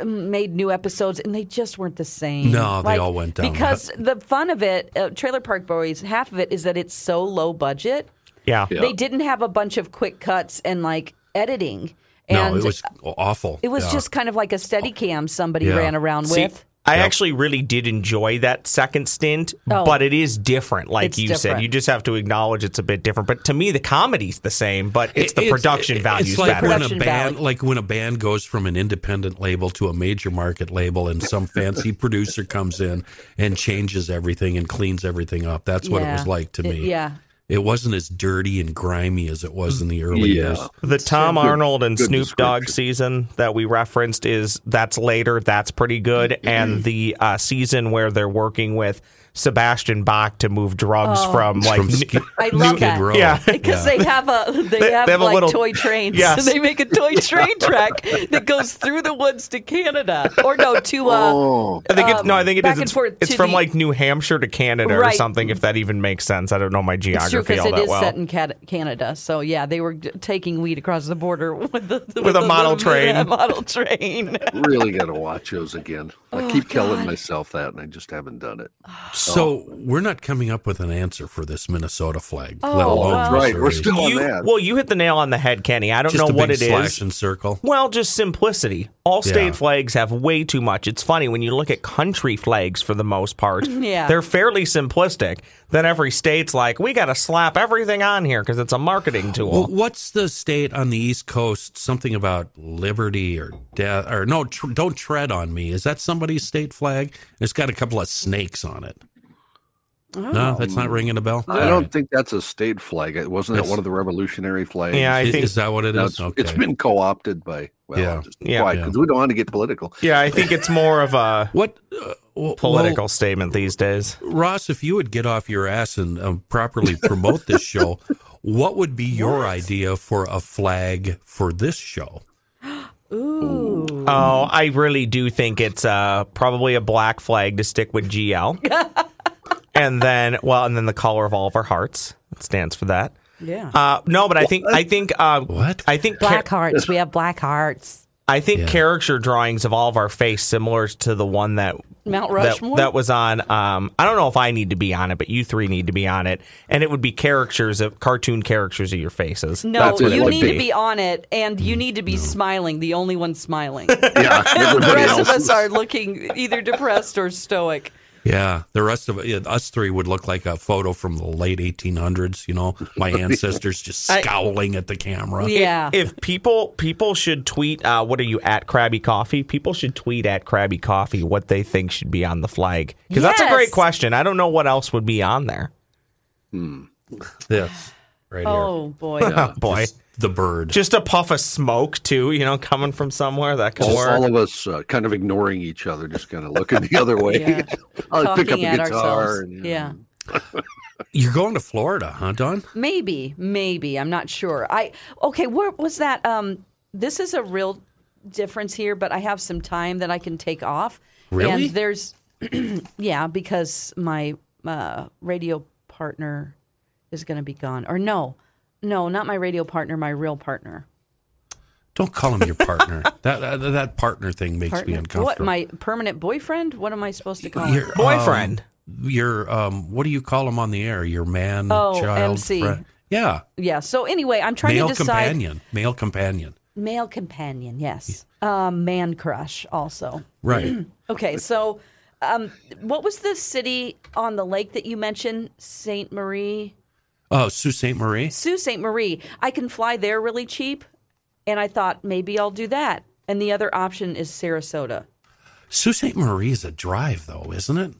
F: made new episodes, and they just weren't the same.
B: No, they all went down
F: because the fun of it, uh, Trailer Park Boys, half of it is that it's so low budget.
G: Yeah.
F: They didn't have a bunch of quick cuts and like editing,
B: no,
F: and
B: it was awful.
F: it was
B: Yeah.
F: just kind of like a steady cam somebody
B: Yeah.
F: ran around
G: See,
F: with.
G: I actually really did enjoy that second stint,
F: Oh.
G: but it is different, like
F: It's
G: you said.
F: different.
G: You just have to acknowledge it's a bit different. But to me, the comedy's the same, but it's the production
B: it's
G: value's
B: like
G: better.
B: When a
F: Production
B: band,
F: value.
B: like when a band goes from an independent label to a major market label, and some
F: [laughs]
B: fancy producer comes in and changes everything and cleans everything up. That's what it
F: Yeah.
B: was like to
F: It-
B: [laughs] me.
F: yeah.
B: It wasn't as dirty and grimy as it was in the early
D: Yeah.
B: years.
G: The Tom
D: good-
G: Arnold and
D: good
G: Snoop Dogg
D: description.
G: season that we referenced is that's later, that's pretty good.
B: Mm-hmm.
G: And the uh, season where they're working with Sebastian Bach to move drugs from like
B: From Ski-
F: Oh. I love
B: Skid
F: that.
B: Row.
G: Yeah.
F: Because they have a they, have,
G: have a
F: like
G: little-
F: toy trains.
G: [laughs]
F: [laughs]
G: Yes.
F: they make a toy train track that goes through the woods to Canada or no to uh
D: Oh,
G: I think it's no, I think it
F: um, back
G: is.
F: and
G: It's,
F: forth
G: it's
F: to
G: from
F: the-
G: like New Hampshire to Canada or
F: Right.
G: something, if that even makes sense. I don't know my
F: it's true
G: geography
F: because
G: all
F: it
G: that
F: is
G: well.
F: set in Cat- Canada. So yeah, they were d- taking weed across the border [laughs] with the,
G: With a model
F: with a
G: train.
F: model train. [laughs]
D: really got to watch those again.
F: Oh,
D: I keep telling myself that, and I just haven't done it.
B: So
G: Oh.
B: we're not coming up with an answer for this Minnesota flag,
F: Oh,
B: let alone
F: wow.
D: Right, we're
B: Missouri.
D: still on
G: You-
D: that.
G: well, you hit the nail on the head, Kenny. I don't
B: Oh, just
G: know
B: a
G: what
B: big
G: it is.
B: slash and circle.
G: Well, just simplicity. All state
B: Yeah.
G: flags have way too much. It's funny when you look at country flags for the most
B: [laughs]
G: part.
F: Yeah.
G: They're fairly simplistic. Then every state's like, we got to slap everything on here because it's a marketing tool.
B: Well, what's the state on the East Coast? Something about liberty or death or no? Tr- don't tread on me. Is that somebody's state flag? It's got a couple of snakes on it. No, that's not ringing a bell.
D: I don't think that's a state flag. It wasn't it
B: It's-
D: one of the revolutionary flags.
G: Yeah, I
B: I
G: think-
B: think is that what it
D: Now
B: is?
D: it's, it's been co-opted by well,
B: Yeah.
D: I'll just
G: Yeah.
D: yeah, because we don't want to get political.
G: yeah, I think it's
B: [laughs]
G: more of a
B: what uh, well-
G: political statement these days.
B: well, Ross? If you would get off your ass and um, properly promote this show, what would be your idea for a flag for this show?
F: Ooh.
G: Oh, I really do think it's uh, probably a black flag to stick
B: [laughs]
G: with GL. and then, well, and then the color of all of our hearts. It stands for that.
F: Yeah.
G: Uh, no, but I think I think uh,
B: What?
G: I think Car-
F: black hearts. We have black hearts.
G: I think character drawings of all of our face similar to the one that
F: Mount
G: that-
F: Rushmore?
G: that, was on. Um, I don't know if I need to be on it, but you three need to be on it, and it would be characters of cartoon characters of your faces.
F: No,
G: That's what it
F: you
G: would
F: need to be on it, and you need to be smiling. The only one
G: [laughs]
F: smiling. the
D: Yeah, everybody
F: rest of
D: else
F: us
D: is-
F: are looking either depressed or stoic.
B: Yeah, the rest of yeah, us three would look like a photo from the late 1800s. You know,
F: [laughs]
B: my ancestors just scowling at the camera.
F: Yeah.
G: If people people should tweet, uh, what are you at Krabby Coffee? People should tweet at Krabby Coffee what they think should be on the flag because that's a great
F: Yes.
G: question. I don't know what else would be on there.
B: This right here,
F: oh
G: [laughs]
F: boy.
G: Boy,
B: Just the bird.
G: just a puff of smoke too, you know, coming from somewhere that could
D: All,
G: work.
D: all of us uh, kind of ignoring each other, just kind of looking
F: [laughs]
D: the other way. [laughs]
F: Yeah.
D: I'll pick up a
F: Talking at
D: guitar.
F: ourselves.
D: And,
F: yeah.
B: You're going to Florida, huh, Don?
F: Maybe, maybe. I'm not sure. I okay. What was that? Um, this is a real difference here, but I have some time that I can take off.
B: Really?
F: And there's, [clears throat] yeah, because my uh, radio partner is going to be gone. Or no, no, not my radio partner. My real partner.
B: Don't call him
F: [laughs]
B: your partner. that, that that partner thing makes me
F: Partner.
B: uncomfortable.
F: What? My permanent boyfriend? What am I supposed to call
B: Your,
F: him?
B: um,
G: Boyfriend.
B: your um, what do you call him on the air? Your man,
F: Oh,
B: child,
F: MC.
B: friend. Yeah,
F: Yeah. So anyway, I'm trying
B: male
F: to decide.
B: companion, male companion.
F: Male companion. Yes. Um, man crush. Also. Mm.
B: Right.
F: Okay, so um, what was the city on the lake that you mentioned? Saint Marie,
B: Oh, Sault Ste. Marie.
F: Sault Saint Marie. I can fly there really cheap, and I thought maybe I'll do that. And the other option is Sarasota,
B: Sault Ste. Marie is a drive, though, isn't it?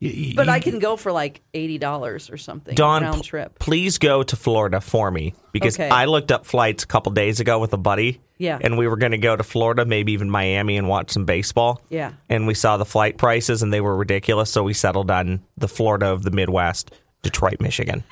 B: You- you-
F: but I
B: you-
F: can go for like eighty dollars or something
G: Don,
F: round
G: p-
F: trip.
G: please go to Florida for me because
F: Okay.
G: I looked up flights a couple days ago with a buddy.
F: Yeah.
G: And we were going to go to Florida, maybe even Miami, and watch some baseball.
F: Yeah.
G: And we saw the flight prices and they were ridiculous. So we settled on the Florida of the Midwest,
F: [laughs]
G: Detroit, Michigan.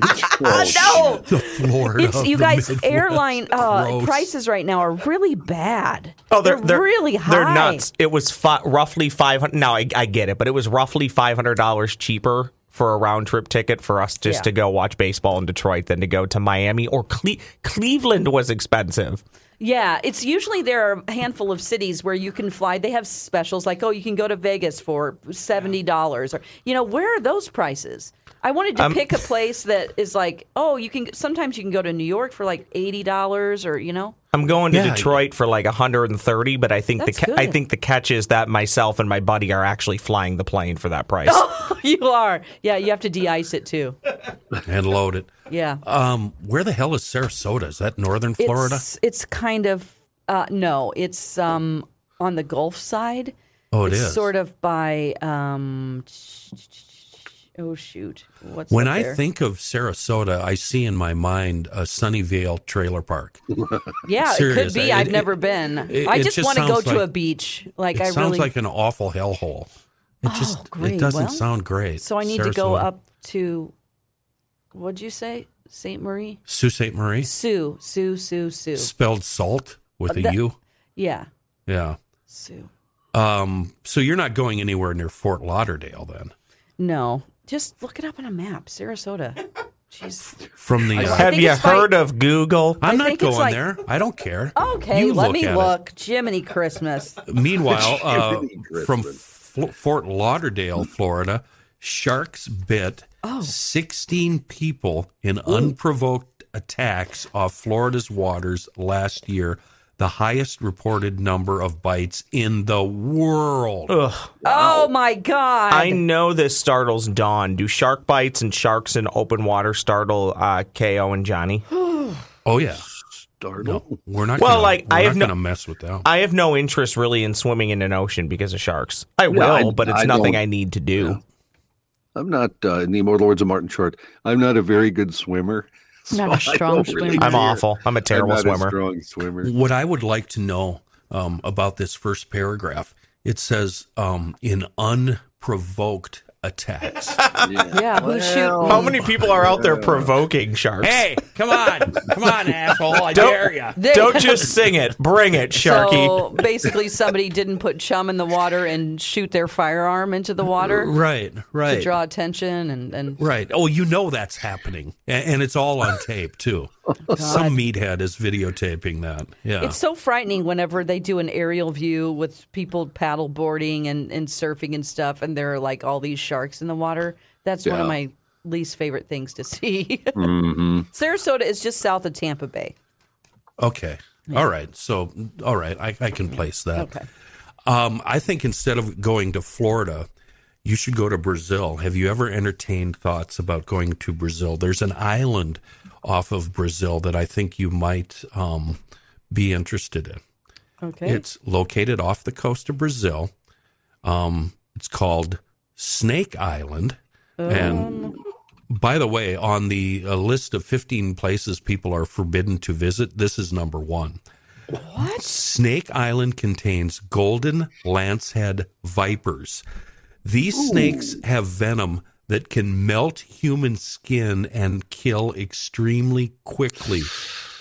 F: no,
B: [laughs] the Florida.
F: it's
B: of
F: you
B: the
F: guys.
B: Midwest.
F: Airline uh,
B: Gross.
F: prices right now are really bad. really high.
G: Oh, They're nuts. It was fi- roughly 500 No, I, I get it, but it was roughly $500 cheaper for a round trip ticket for us just
F: Yeah.
G: to go watch baseball in Detroit than to go to Miami or Cle- Cleveland was expensive.
F: Yeah, it's usually there are a handful of cities where you can fly. They have specials like, oh, you can go to Vegas for seventy dollars, or you know, where are those prices? I wanted to
B: Um,
F: pick
B: [laughs]
F: a place that is like, oh, you can. Sometimes you can go to New York for like eighty dollars, or you know, [laughs]
G: I'm going to
B: Yeah, I-
G: Detroit for like 130, but I think the
F: That's
G: ca- I
F: good.
G: think the catch is that myself and my buddy are actually flying the plane for
F: [laughs]
G: that price.
F: you are. Yeah, you have to de-ice it too.
B: [laughs] and load it.
F: Yeah,
B: Um, where the hell is Sarasota? Is that northern Florida?
F: It's, it's kind of uh, no, it's um on the Gulf side.
B: oh, it
F: it's
B: is.
F: sort of by um oh shoot, what's
B: When
F: up
B: I
F: there?
B: think of Sarasota, I see in my mind a Sunnyvale trailer park.
F: yeah, it could
B: Seriously,
F: be.
B: it-
F: I've
B: it-
F: never been.
B: it-
F: I
B: it
F: just
B: just
F: want to go
B: sounds
F: to a
B: like-
F: beach. Like
B: It
F: I
B: sounds
F: really. Oh,
B: like an awful hellhole. It just
F: great.
B: it doesn't
F: Well,
B: sound great.
F: so I need to go
B: Sarasota.
F: up to. What'd you say, Saint Marie?
B: Sault Ste. Marie,
F: Sue, Sue, Sue, Sue.
B: spelled salt with a U.
F: Uh, that- Yeah,
B: Yeah.
F: Sue.
B: Um, so you're not going anywhere near Fort Lauderdale then?
F: No, just look it up on a map.
B: [laughs]
F: Sarasota. Jeez.
B: From the uh,
G: Have
F: think
G: you
F: it's like-
G: heard of Google?
B: I'm not
F: think it's
B: going
F: like-
B: there. I don't care.
F: Okay,
B: You
F: let me
B: at it.
F: look. Jiminy Christmas.
B: Meanwhile, uh,
D: Jiminy Christmas.
B: from Fl- Fort Lauderdale, Florida, sharks bit 16 people in unprovoked attacks off Florida's waters last year, the highest reported number of bites in the world.
G: Uh.
F: Oh my God.
G: I know this startles Dawn. Do shark bites and sharks in open water startle uh, KO and Johnny?
B: Oh yeah.
D: Startle.
B: We're not
G: Well,
B: gonna,
G: like,
B: we're
G: I
B: not
G: have no-
B: gonna mess with them.
G: I have no interest really in swimming in an ocean because of sharks. I will,
D: No, I-
G: but it's
D: I
G: nothing
D: don't-
G: I need to do.
D: I'm not uh, in the Immortal Words of Martin Short. I'm not a very good swimmer.
B: [laughs]
F: Not a
D: I
F: strong
D: don't
F: swimmer.
G: I'm
D: care.
G: awful. I'm a terrible
D: I'm not
G: swimmer.
D: A
F: [laughs]
D: strong swimmer.
B: What I would like to know um, about this first paragraph, it says um, in unprovoked attacks.
F: yeah, who's shooting?
G: How many people are out there provoking sharks?
B: hey, come on, come
G: [laughs]
B: on, asshole! I
G: Don't-
B: dare you.
F: They-
G: [laughs] Don't just sing it. Bring it, Sharky.
F: So basically, somebody didn't put chum in the water and shoot their firearm into the water
B: [laughs] Right,
F: to
B: right,
F: draw attention. And, and
B: right. Oh, you know that's happening, A- and, it's all on
F: [laughs]
B: tape too. Some meathead is videotaping that. Yeah,
F: Oh, it's so frightening whenever they do an aerial view with people paddle boarding and, and surfing and stuff, and there are like all these sharks in the water. That's one of
D: Yeah.
F: my least favorite things to see. [laughs] Sarasota is just south of Tampa Bay.
B: okay. All right, so all right, I, I can place that.
F: Okay.
B: Um, I think instead of going to Florida, you should go to Brazil. Have you ever entertained thoughts about going to Brazil? There's an island off of Brazil that I think you might um, be interested in.
F: Okay.
B: It's located off the coast of Brazil. Um, it's called Snake Island. And by the way, on the uh, list of 15 places people are forbidden to visit, this is number one. What? Snake Island contains golden lancehead vipers. These snakes have venom that can melt human skin and kill extremely quickly.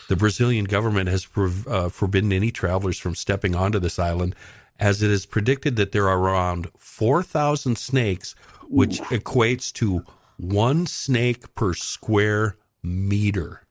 B: The Brazilian government has prov- uh, forbidden any travelers from stepping onto this island, as it is predicted that there are around 4,000 snakes, which equates to one snake per square meter.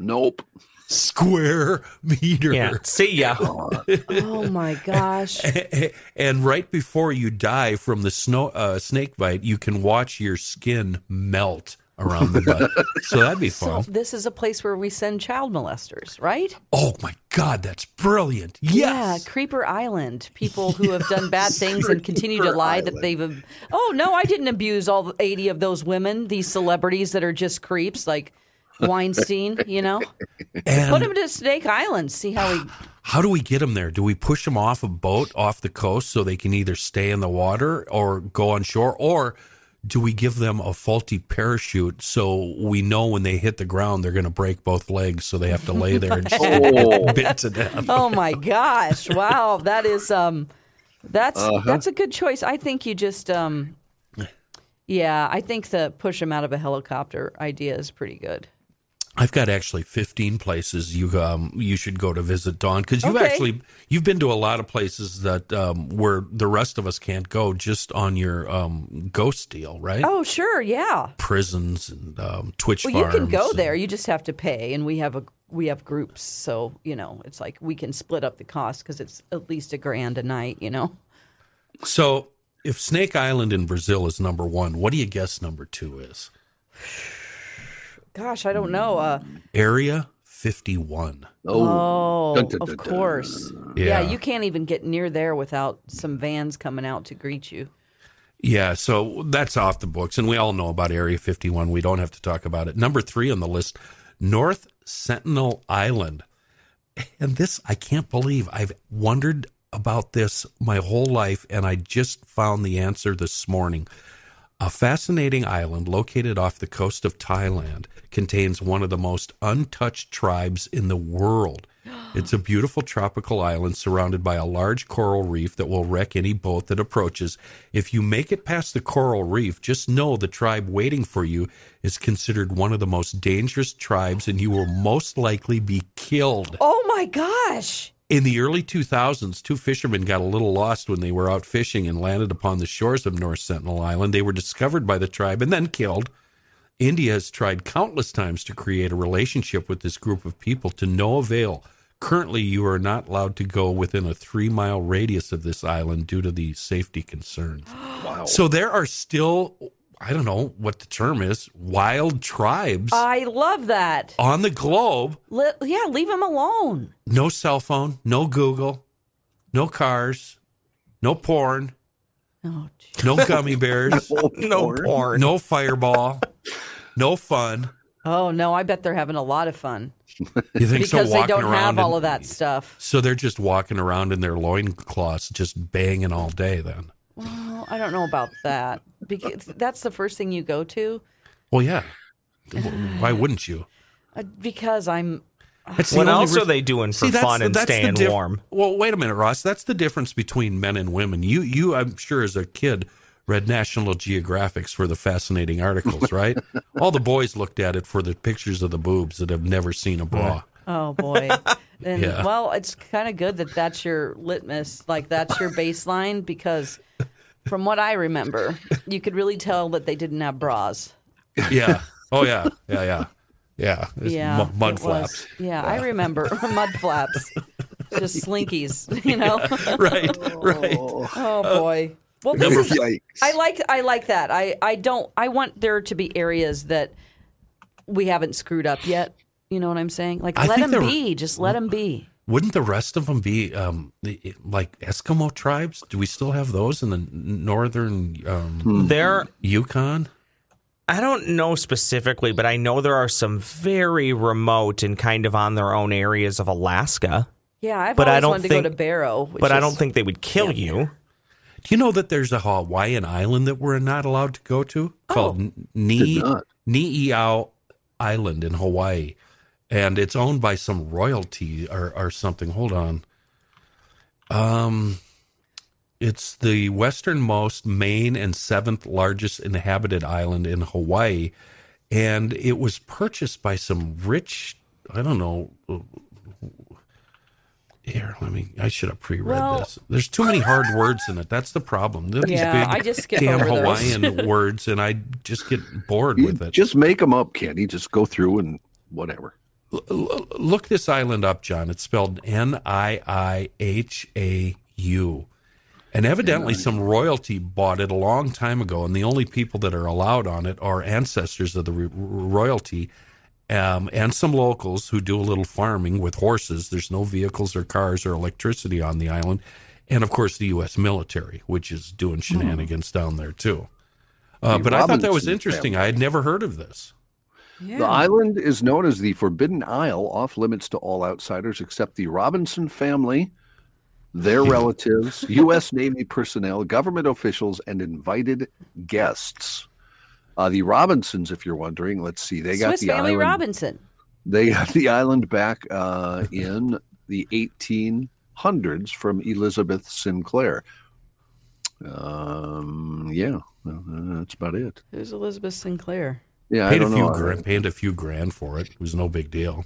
D: Nope.
B: Square meter.
G: Yeah. See ya.
F: oh my gosh.
B: [laughs] and right before you die from the snow uh, snake bite, you can watch your skin melt around the butt.
F: [laughs]
B: so that'd be
F: So
B: fun.
F: this is a place where we send child molesters, right?
B: oh my god, that's brilliant! Yes,
F: Yeah, Creeper Island. People who have done bad things and continue to lie that they've. ab- Oh no, I didn't abuse all eighty of those women. These celebrities that are just creeps, like Weinstein. You know, put
B: and
F: him to Snake Island. See how he.
B: how do we get them there? Do we push them off a boat off the coast so they can either stay in the water or go on shore, or do we give them a faulty parachute so we know when they hit the ground they're going to break both legs so they have to lay
F: [laughs]
B: there and just get [laughs] bit to death?
F: Oh my gosh! Wow, that is um, that's that's a good choice. I think you just um, yeah, I think the push him out of a helicopter idea is pretty good.
B: I've got actually 15 places you um you should go to visit Dawn because you've
F: Okay.
B: actually you've been to a lot of places that um where the rest of us can't go just on your um ghost deal right
F: Oh sure, yeah.
B: prisons and um, Twitch
F: Well, you can
B: farms
F: go
B: and-
F: there. You just have to pay, and we have a we have groups, so you know it's like we can split up the cost because it's at least a grand a night. You know,
B: so if Snake Island in Brazil is number one what do you guess number two is
F: gosh, I don't know. Uh,
B: Area 51
F: oh,
D: Dun, dun,
F: of
D: dun, dun.
F: course.
B: Yeah.
F: you can't even get near there without some vans coming out to greet you.
B: Yeah, so that's off the books, and we all know about Area 51. We don't have to talk about it. Number three on the list, North Sentinel Island. And this, I can't believe I've wondered about this my whole life, and I just found the answer this morning. A fascinating island located off the coast of Thailand contains one of the most untouched tribes in the world. It's a beautiful tropical island surrounded by a large coral reef that will wreck any boat that approaches. If you make it past the coral reef, just know the tribe waiting for you is considered one of the most dangerous tribes and you will most likely be killed.
F: Oh my gosh.
B: In the early 2000s, two fishermen got a little lost when they were out fishing and landed upon the shores of North Sentinel Island. They were discovered by the tribe and then killed. India has tried countless times to create a relationship with this group of people to no avail. Currently, you are not allowed to go within a three mile radius of this island due to the safety concerns. So there are still, I don't know what the term is, wild tribes
F: I love that.
B: on the globe
F: Le- yeah, leave him alone.
B: no cell phone, no Google, no cars, no porn,
F: Oh, gee.
G: [laughs]
B: no gummy bears,
G: No porn.
B: no fireball, no fun.
F: oh no, I bet they're having a lot of fun
B: You think so?
F: because they
B: Walking
F: don't
B: around
F: have all
B: in-
F: of that stuff.
B: So they're just walking around in their loincloths, just banging all day then.
F: Well, I don't know about that because that's the first thing you go to
B: Well, yeah. W- Why wouldn't you?
F: uh, because I'm
B: It's the
G: What
B: only
G: else
B: re-
G: are they doing for
B: See, that's
G: fun
B: the-
G: and
B: that's the
G: staying
B: diff-
G: warm?
B: Well, wait a minute, Ross. That's the difference between men and women. You, you, I'm sure, as a kid, read National Geographics for the fascinating
G: [laughs]
B: articles, right? All the boys looked at it for the pictures of the boobs that have never seen a bra.
F: oh
B: [laughs]
F: boy. And
B: Yeah.
F: well, it's kind of good that that's your litmus, like that's your baseline because from what I remember, you could really tell that they didn't have bras.
G: [laughs]
B: Yeah. Oh yeah. Yeah. Yeah. Yeah. It's
F: yeah,
B: mu- mud
F: it was. [laughs]
B: flaps.
F: Yeah, I
B: [laughs]
F: remember [laughs] mud flaps, just slinkies. [laughs] You know.
B: right. Right.
F: Oh
B: Uh,
F: boy. Well, this is, I like I like that. I I don't I want there to be areas that we haven't screwed up yet. You know what I'm saying? Like
B: I
F: let
B: think
F: them
B: there-
F: be. Just let them be.
B: Wouldn't the rest of them be um, the- like Eskimo tribes? Do we still have those in the n- northern
G: Hmm.
B: um,
G: There,
B: Yukon?
G: I don't know specifically, but I know there are some very remote and kind of on their own areas of Alaska.
F: Yeah, I've
G: But I
F: always
G: don't
F: wanted
G: think-
F: to go to Barrow. Which
G: But I
F: is-
G: don't think they would kill you.
B: Do you know that there's a Hawaiian island that we're not allowed to go to called N- Ni
D: Oh, Did not.
B: Niiau Island in Hawaii, and it's owned by some royalty or, or something. Hold on, um, it's the westernmost, main, and seventh largest inhabited island in Hawaii, and it was purchased by some rich. I don't know. Here, let me. I should have pre-read
F: Well-
B: this. There's too many hard words in it. That's the problem. They're these
F: Yeah,
B: big
F: I just skip
B: damn
F: over those.
B: Hawaiian
D: [laughs]
B: words, and I just get bored
D: You
B: with it.
D: Just make them up, Kenny. Just go through and whatever.
B: L- l- look this island up, John. It's spelled N I I H A U. And evidently, some royalty bought it a long time ago, and the only people that are allowed on it are ancestors of the ro- royalty um, and some locals who do a little farming with horses. There's no vehicles or cars or electricity on the island. And of course, the U.S. military, which is doing shenanigans down there, too. Uh,
D: Hmm. The
B: but I thought that was
D: Robinson
B: interesting.
D: family.
B: I had never heard of this.
D: The island is known as the Forbidden Isle, off limits to all outsiders except the Robinson family, their relatives, U.S. Navy personnel, government officials, and invited guests. Uh, the Robinsons, if you're wondering, let's see, they got
F: Swiss
D: the
F: Family
D: island.
F: Robinson.
D: They got the island back uh, in the 1800s from Elizabeth Sinclair. Um, yeah, well, uh, that's about it.
F: Who's Elizabeth Sinclair?
D: Yeah, I
B: Paid a
D: don't
B: few
D: know.
B: grand, paid a few grand for it. It was no big deal.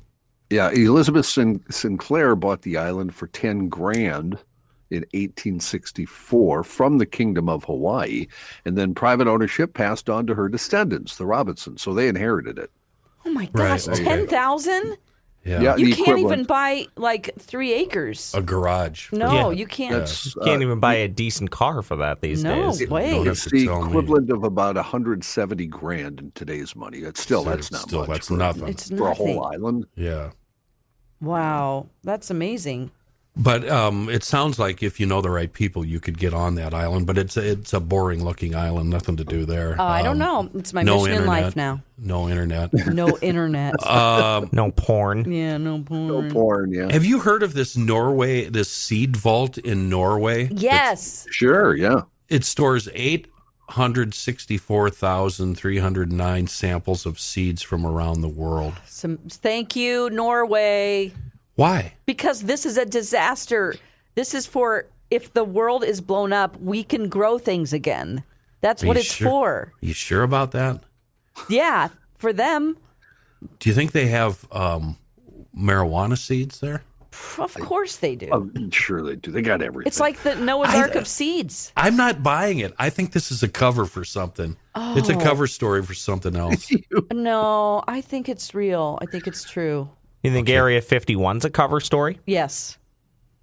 D: Yeah, Elizabeth Sin- Sinclair bought the island for 10 grand in 1864 from the Kingdom of Hawaii, and then private ownership passed on to her descendants, the Robinsons. So they inherited it.
F: Oh my
B: Right,
F: gosh,
B: okay.
F: ten thousand?
B: Yeah.
D: Yeah.
F: You
D: The
F: can't even
D: equivalent.
F: buy like three acres.
B: A garage.
F: No,
G: Yeah.
F: you can't.
D: That's
G: You
D: uh,
G: can't even buy a decent car for that these
F: No
G: days.
B: Don't
F: way.
B: have
D: it's
B: to
D: the
B: tell me.
D: equivalent of about 170 grand in today's money. That's still that's not
B: Still,
D: much
B: that's
D: for,
B: nothing.
F: It's
D: for a
F: nothing.
D: whole island.
B: Yeah.
F: Wow, that's amazing.
B: But um, it sounds like if you know the right people, you could get on that island. But it's it's a boring looking island. Nothing to do there.
F: Uh, I don't
B: Um,
F: know. It's my
B: no
F: mission in
B: internet.
F: life now.
B: No internet.
F: No internet.
B: um,
G: No porn.
F: yeah, no porn.
D: No porn, yeah.
B: have you heard of this Norway? This seed vault in Norway?
F: Yes.
D: Sure, yeah.
B: It stores eight 164,309 samples of seeds from around the world.
F: Some thank you, Norway,
B: Why?
F: because this is a disaster. This is for if the world is blown up, we can grow things again. That's
B: Are
F: what
B: you
F: it's
B: sure?
F: for.
B: You sure about that?
F: Yeah, for them,
B: Do you think they have um, marijuana seeds there?
F: of course they do.
D: Oh, sure they do. They got everything.
F: It's like the Noah's
B: I-
F: Ark of seeds.
B: I'm not buying it. I think this is a cover for something. It's a cover story for something else.
F: No, I think it's real. I think it's true.
G: You think Area 51's a cover story?
F: Yes.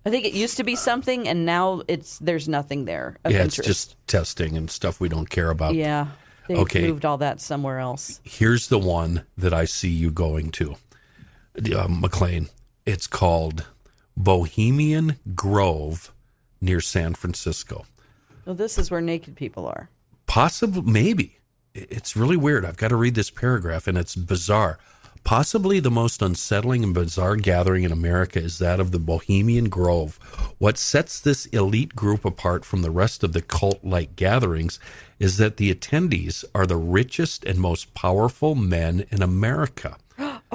F: I think it used to be something and now it's there's nothing there of
B: yeah, it's
F: interest.
B: just testing and stuff we don't care about.
F: yeah. They
B: Okay.
F: moved all that somewhere else.
B: Here's the one that I see you going to, uh, McLean. It's called Bohemian Grove near San Francisco.
F: Well, this is where naked people are.
B: possibly maybe It- it's really weird i've got to read this paragraph and it's bizarre possibly the most unsettling and bizarre gathering in america is that of the bohemian grove what sets this elite group apart from the rest of the cult-like gatherings is that the attendees are the richest and most powerful men in america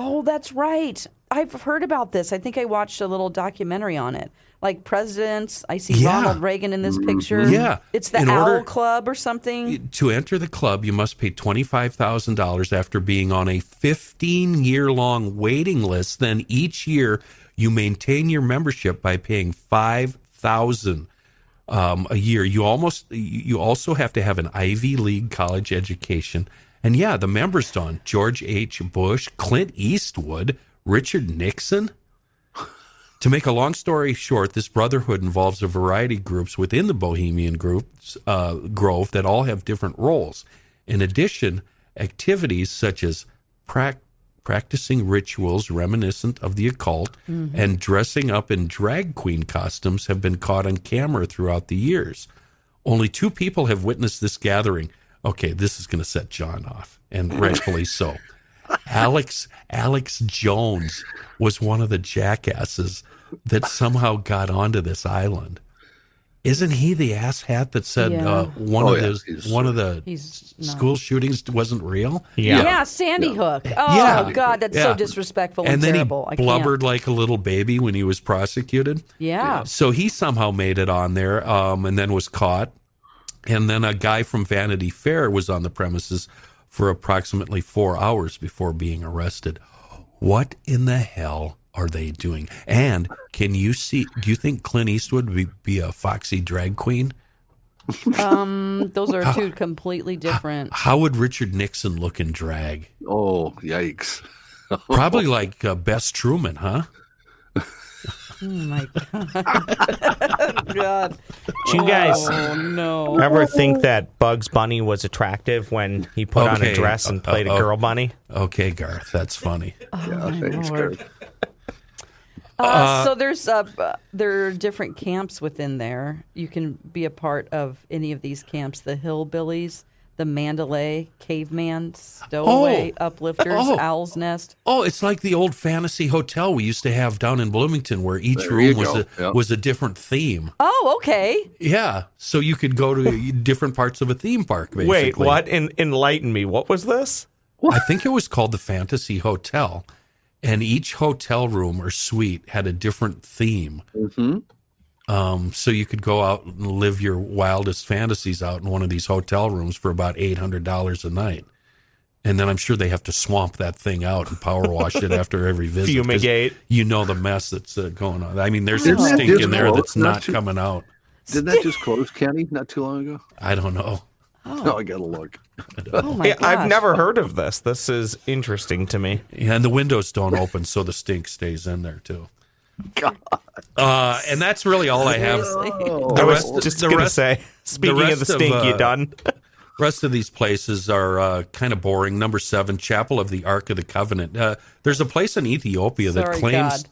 F: Oh, that's right. I've heard about this. I think I watched a little documentary on it. Like presidents, I see
B: Yeah. Mm-hmm.
F: Ronald Reagan in this picture.
B: Yeah.
F: It's the
B: In
F: Owl
B: order-
F: Club or something.
B: to enter the club, you must pay $25,000 after being on a 15 year long waiting list. Then each year, you maintain your membership by paying 5000 um, a year. You almost you also have to have an Ivy League college education. And yeah, the members don George H. Bush, Clint Eastwood, Richard Nixon. To make a long story short, this brotherhood involves a variety of groups within the Bohemian groups, uh, Grove that all have different roles. In addition, activities such as prac- practicing rituals reminiscent of the occult and dressing up in drag queen costumes have been caught on camera throughout the years. Only two people have witnessed this gathering. Okay, this is going to set John off, and rightfully
D: [laughs]
B: so. Alex Alex Jones was one of the jackasses that somehow got onto this island. Isn't he the asshat that said
F: Yeah.
B: uh, one
D: Oh,
B: of
D: yeah,
B: those
D: he's-
B: one of the
F: he's
B: s- school shootings wasn't real?
F: Yeah, Sandy Hook. Oh
B: Yeah.
F: God, that's
B: Yeah.
F: so disrespectful and,
B: and then
F: terrible. I
B: he
F: can't.
B: blubbered like a little baby when he was prosecuted.
F: Yeah.
B: So he somehow made it on there um, and then was caught. And then a guy from Vanity Fair was on the premises for approximately four hours before being arrested. What in the hell are they doing? And can you see? Do you think Clint Eastwood would be, be a foxy drag queen?
F: [laughs] Um, those are
B: [laughs]
F: two completely different.
B: How would Richard Nixon look in drag?
D: oh, yikes.
B: Probably like uh, Bess Truman, huh?
F: Oh my God.
B: [laughs]
F: God. [laughs]
G: Do you guys
F: Oh no.
G: ever think that Bugs Bunny was attractive when he put on
B: Okay.
G: a dress and played
B: Uh, uh,
G: a girl bunny?
B: Okay, Garth, that's funny.
D: Yeah, thanks,
F: Lord.
D: Garth.
F: Uh, so there's uh, b- there are different camps within there. You can be a part of any of these camps: the hillbillies, the Mandalay, caveman, stowaway, uplifters,
B: Oh.
F: owl's nest.
B: Oh, it's like the old fantasy hotel we used to have down in Bloomington, where each
D: There you
B: room was
D: go.
B: a,
D: Yep.
B: was a different theme.
F: Oh, okay.
B: Yeah, so you could go
D: [laughs]
B: to different parts of a theme park. Basically.
G: Wait, what? En- enlighten me. What was this?
B: I think it was called the Fantasy Hotel, and each hotel room or suite had a different theme.
D: Mm-hmm.
B: Um, so you could go out and live your wildest fantasies out in one of these hotel rooms for about eight hundred dollars a night, and then I'm sure they have to swamp that thing out and power wash it after every visit. 'cause
G: Fumigate.
B: You know the mess that's uh, going on. I mean, there's some
D: Isn't that
B: stink in
D: just
B: there
D: gross?
B: that's
D: Not
B: not
D: too-
B: coming out.
D: Didn't that just close, Kenny, not too long ago?
B: I don't know.
D: [laughs] Oh, I got to look.
F: Oh my
G: Yeah,
F: gosh.
G: I've
F: [laughs]
G: never heard of this. This is interesting to me.
B: And the windows don't open, so the stink stays in there too. Uh, and that's really all I have.
G: I
B: The
G: was
B: rest-
G: just
B: the
G: gonna
B: rest-
G: say. Speaking of
B: rest
G: the
B: of,
G: stink,
B: uh,
G: you done? [laughs]
B: Rest of these places are uh, kind of boring. Number seven, Chapel of the Ark of the Covenant. Uh, there's a place in Ethiopia that
F: Sorry,
B: claims,
F: God.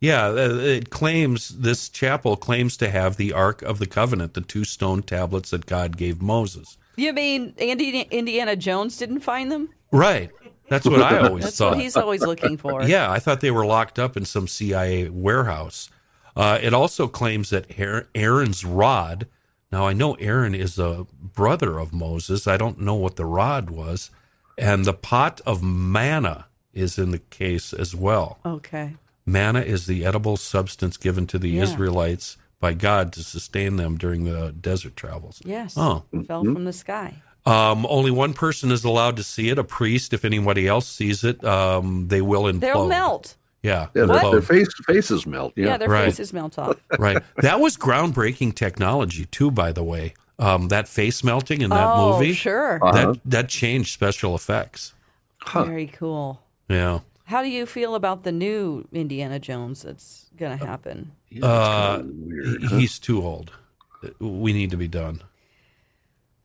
B: yeah, uh, it claims this chapel claims to have the Ark of the Covenant, the two stone tablets that God gave Moses.
F: You mean Andy, Indiana Jones didn't find them?
B: Right. That's what I
F: [laughs]
B: always
F: That's
B: thought.
F: what he's always
B: [laughs]
F: looking for.
B: Yeah, I thought they were locked up in some CIA warehouse. Uh, it also claims that Har- Aaron's rod, Now I know Aaron is a brother of Moses. I don't know what the rod was, and the pot of manna is in the case as well.
F: Okay.
B: Manna is the edible substance given to the Israelites by God to sustain them during the desert travels.
F: Yes.
B: Oh.
F: Fell from the sky.
B: Um, only one person is allowed to see it, a priest. If anybody else sees it, um, they will implode.
F: They'll melt.
B: Yeah.
D: Yeah, their,
B: implode.
D: their face, faces melt. Yeah.
F: Yeah, their
B: Right.
F: faces melt off.
B: right. That was groundbreaking technology, too, by the way. Um, that face melting in that
F: oh,
B: movie.
F: sure.
D: Uh-huh.
B: That, that changed special effects.
F: Very cool.
B: Yeah.
F: How do you feel about the new Indiana Jones that's going to happen?
D: Yeah,
B: Uh,
D: that's kinda weird,
B: He-
D: huh?
B: He's too old. We need to be done.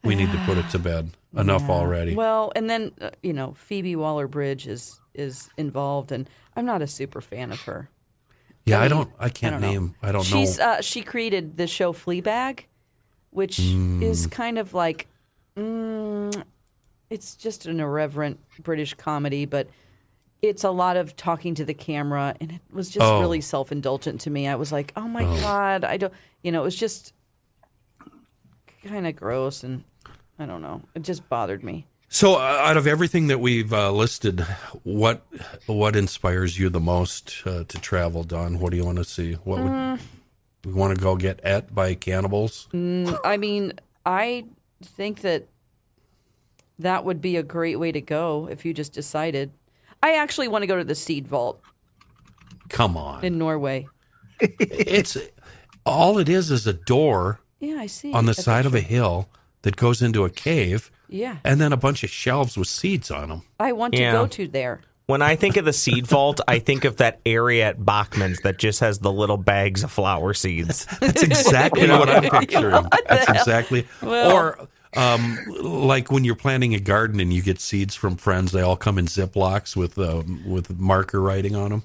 B: We need to put it to
F: [sighs]
B: bed. Enough already.
F: Well, and then uh, you know Phoebe Waller-Bridge is is involved, and I'm not a super fan of her.
B: yeah, I,
F: mean,
B: don't. I can't
F: know.
B: name. I don't
F: She's
B: know.
F: Uh, she created the show Fleabag, which
B: Hmm.
F: is kind of like mm, it's just an irreverent British comedy, but it's a lot of talking to the camera, and it was just
B: Oh.
F: really self-indulgent to me. I was like, oh my god, I don't, you know, it was just kind of gross, and I don't know, it just bothered me.
B: So, uh, out of everything that we've uh, listed, what what inspires you the most uh, to travel, Don? What do you want to see? What would
F: Mm.
B: we want to go get at by cannibals?
F: I mean, I think that that would be a great way to go if you just decided. I actually want to go to the seed vault
B: Come on,
F: in Norway.
B: it's all it is is a door
F: Yeah, I see.
B: on the
F: A
B: side of a
F: picture.
B: hill that goes into a cave,
F: Yeah,
B: and then a bunch of shelves with seeds
F: [laughs]
B: on them.
F: I want to
G: Yeah.
F: go to there.
G: When I think of the seed vault, I think of that area at Bachman's that just has the little bags of flower seeds.
B: That's exactly what I'm picturing. That's exactly. or um, like when you're planting a garden and you get seeds from friends, they all come in Ziplocs with um, with marker writing on them.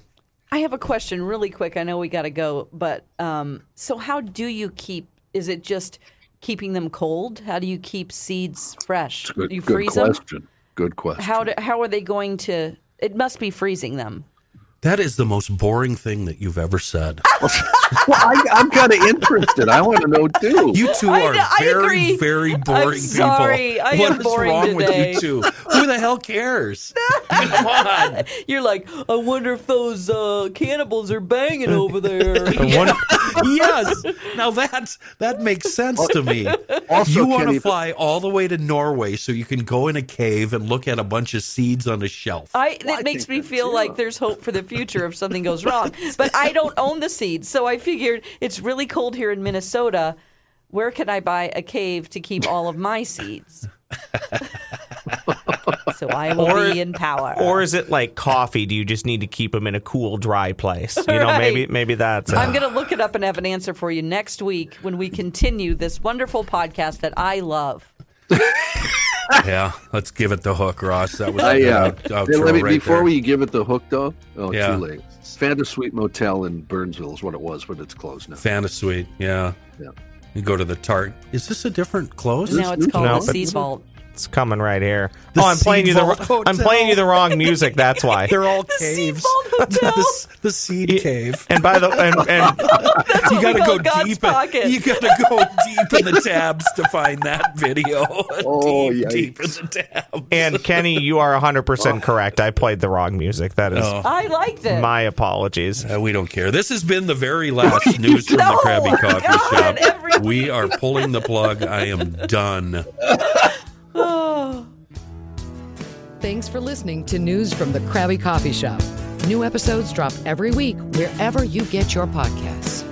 F: I have a question, really quick. I know we got to go, but um, so how do you keep? Is it just keeping them cold? How do you keep seeds fresh?
D: good,
F: you
D: good
F: freeze them.
D: question. Good question.
F: How do, how are they going to? It must be freezing them.
B: That is the most boring thing that you've ever
F: [laughs]
B: said.
D: well, I, I'm kind of interested. I want to know too.
B: You two
F: I-
B: are
F: I
B: very,
F: agree.
B: very boring
F: sorry.
B: people.
F: I am
B: What is
F: boring
B: wrong
F: today.
B: with you two? Who the
F: [laughs]
B: hell cares? Come on.
F: You're like, I wonder if those uh, cannibals are banging over there.
G: [laughs]
B: [laughs]
G: I wonder-
B: yes. Now that's that makes sense to me.
D: Also,
B: you want
D: Kenny,
B: to fly all the way to Norway so you can go in a cave and look at a bunch of seeds on a shelf.
F: I, that makes me feel like there's hope for the future if something goes
G: [laughs]
F: wrong. But I don't own the seeds, so I figured it's really cold here in Minnesota. Where can I buy a cave to keep all of my
G: [laughs]
F: seeds? so I will
G: Or-
F: be in power.
G: Or is it like coffee? Do you just need to keep them in a cool, dry place? You know,
F: [laughs] Right.
G: maybe maybe that's it.
F: I'm going to look it up and have an answer for you next week when we continue this wonderful podcast that I love.
B: yeah, let's give it the hook, Ross. That was
D: I, uh,
B: a good out-
D: let
B: outro
D: me,
B: right
D: before
B: there.
D: we give it the hook, though, oh,
B: Yeah.
D: too late. Fanta Suite Motel in Burnsville is what it was, but it's closed now.
B: Fantasy, yeah.
D: Yeah.
B: You go to the tart. Is this a different close?
F: Now it's called
G: No,
F: the
G: but-
F: Seed Vault.
G: It's coming right here.
B: The
G: oh, I'm playing you the
B: Seed Vault
G: wrong, I'm playing you the wrong music. That's why.
B: [laughs] They're all
F: Seed
B: caves.
F: Vault Hotel.
B: the, s- the seed cave.
G: And by the and, and
B: you
F: what we
B: gotta
F: call
B: go
F: God's
B: deep.
F: pocket.
B: In, you gotta go deep in the tabs to find that video.
D: [laughs] Oh,
B: [laughs] deep,
D: yikes.
B: deep in the tab.
G: and Kenny, you are 100 percent correct. I played the wrong music. That is
B: Oh.
F: I like this.
G: my apologies.
B: Uh, we don't care. This has been the
F: [laughs]
B: very last news from
F: No,
B: the Krabby Coffee
F: God,
B: Shop.
F: every-
B: We are pulling the plug. I am done.
C: Thanks for listening to News from the Krabby Coffee Shop. New episodes drop every week wherever you get your podcasts.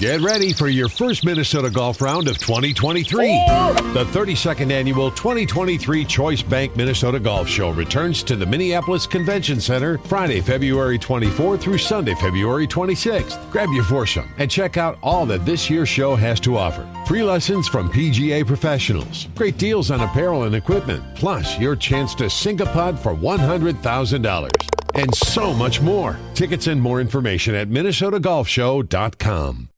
I: Get ready for your first Minnesota golf round of 2023. The 32nd annual 2023 Choice Bank Minnesota Golf Show returns to the Minneapolis Convention Center Friday, February 24 through Sunday, February 26th. Grab your foursome and check out all that this year's show has to offer. Free lessons from PGA professionals, great deals on apparel and equipment, plus your chance to sink a putt for $100,000 and so much more. Tickets and more information at minnesotagolfshow.com.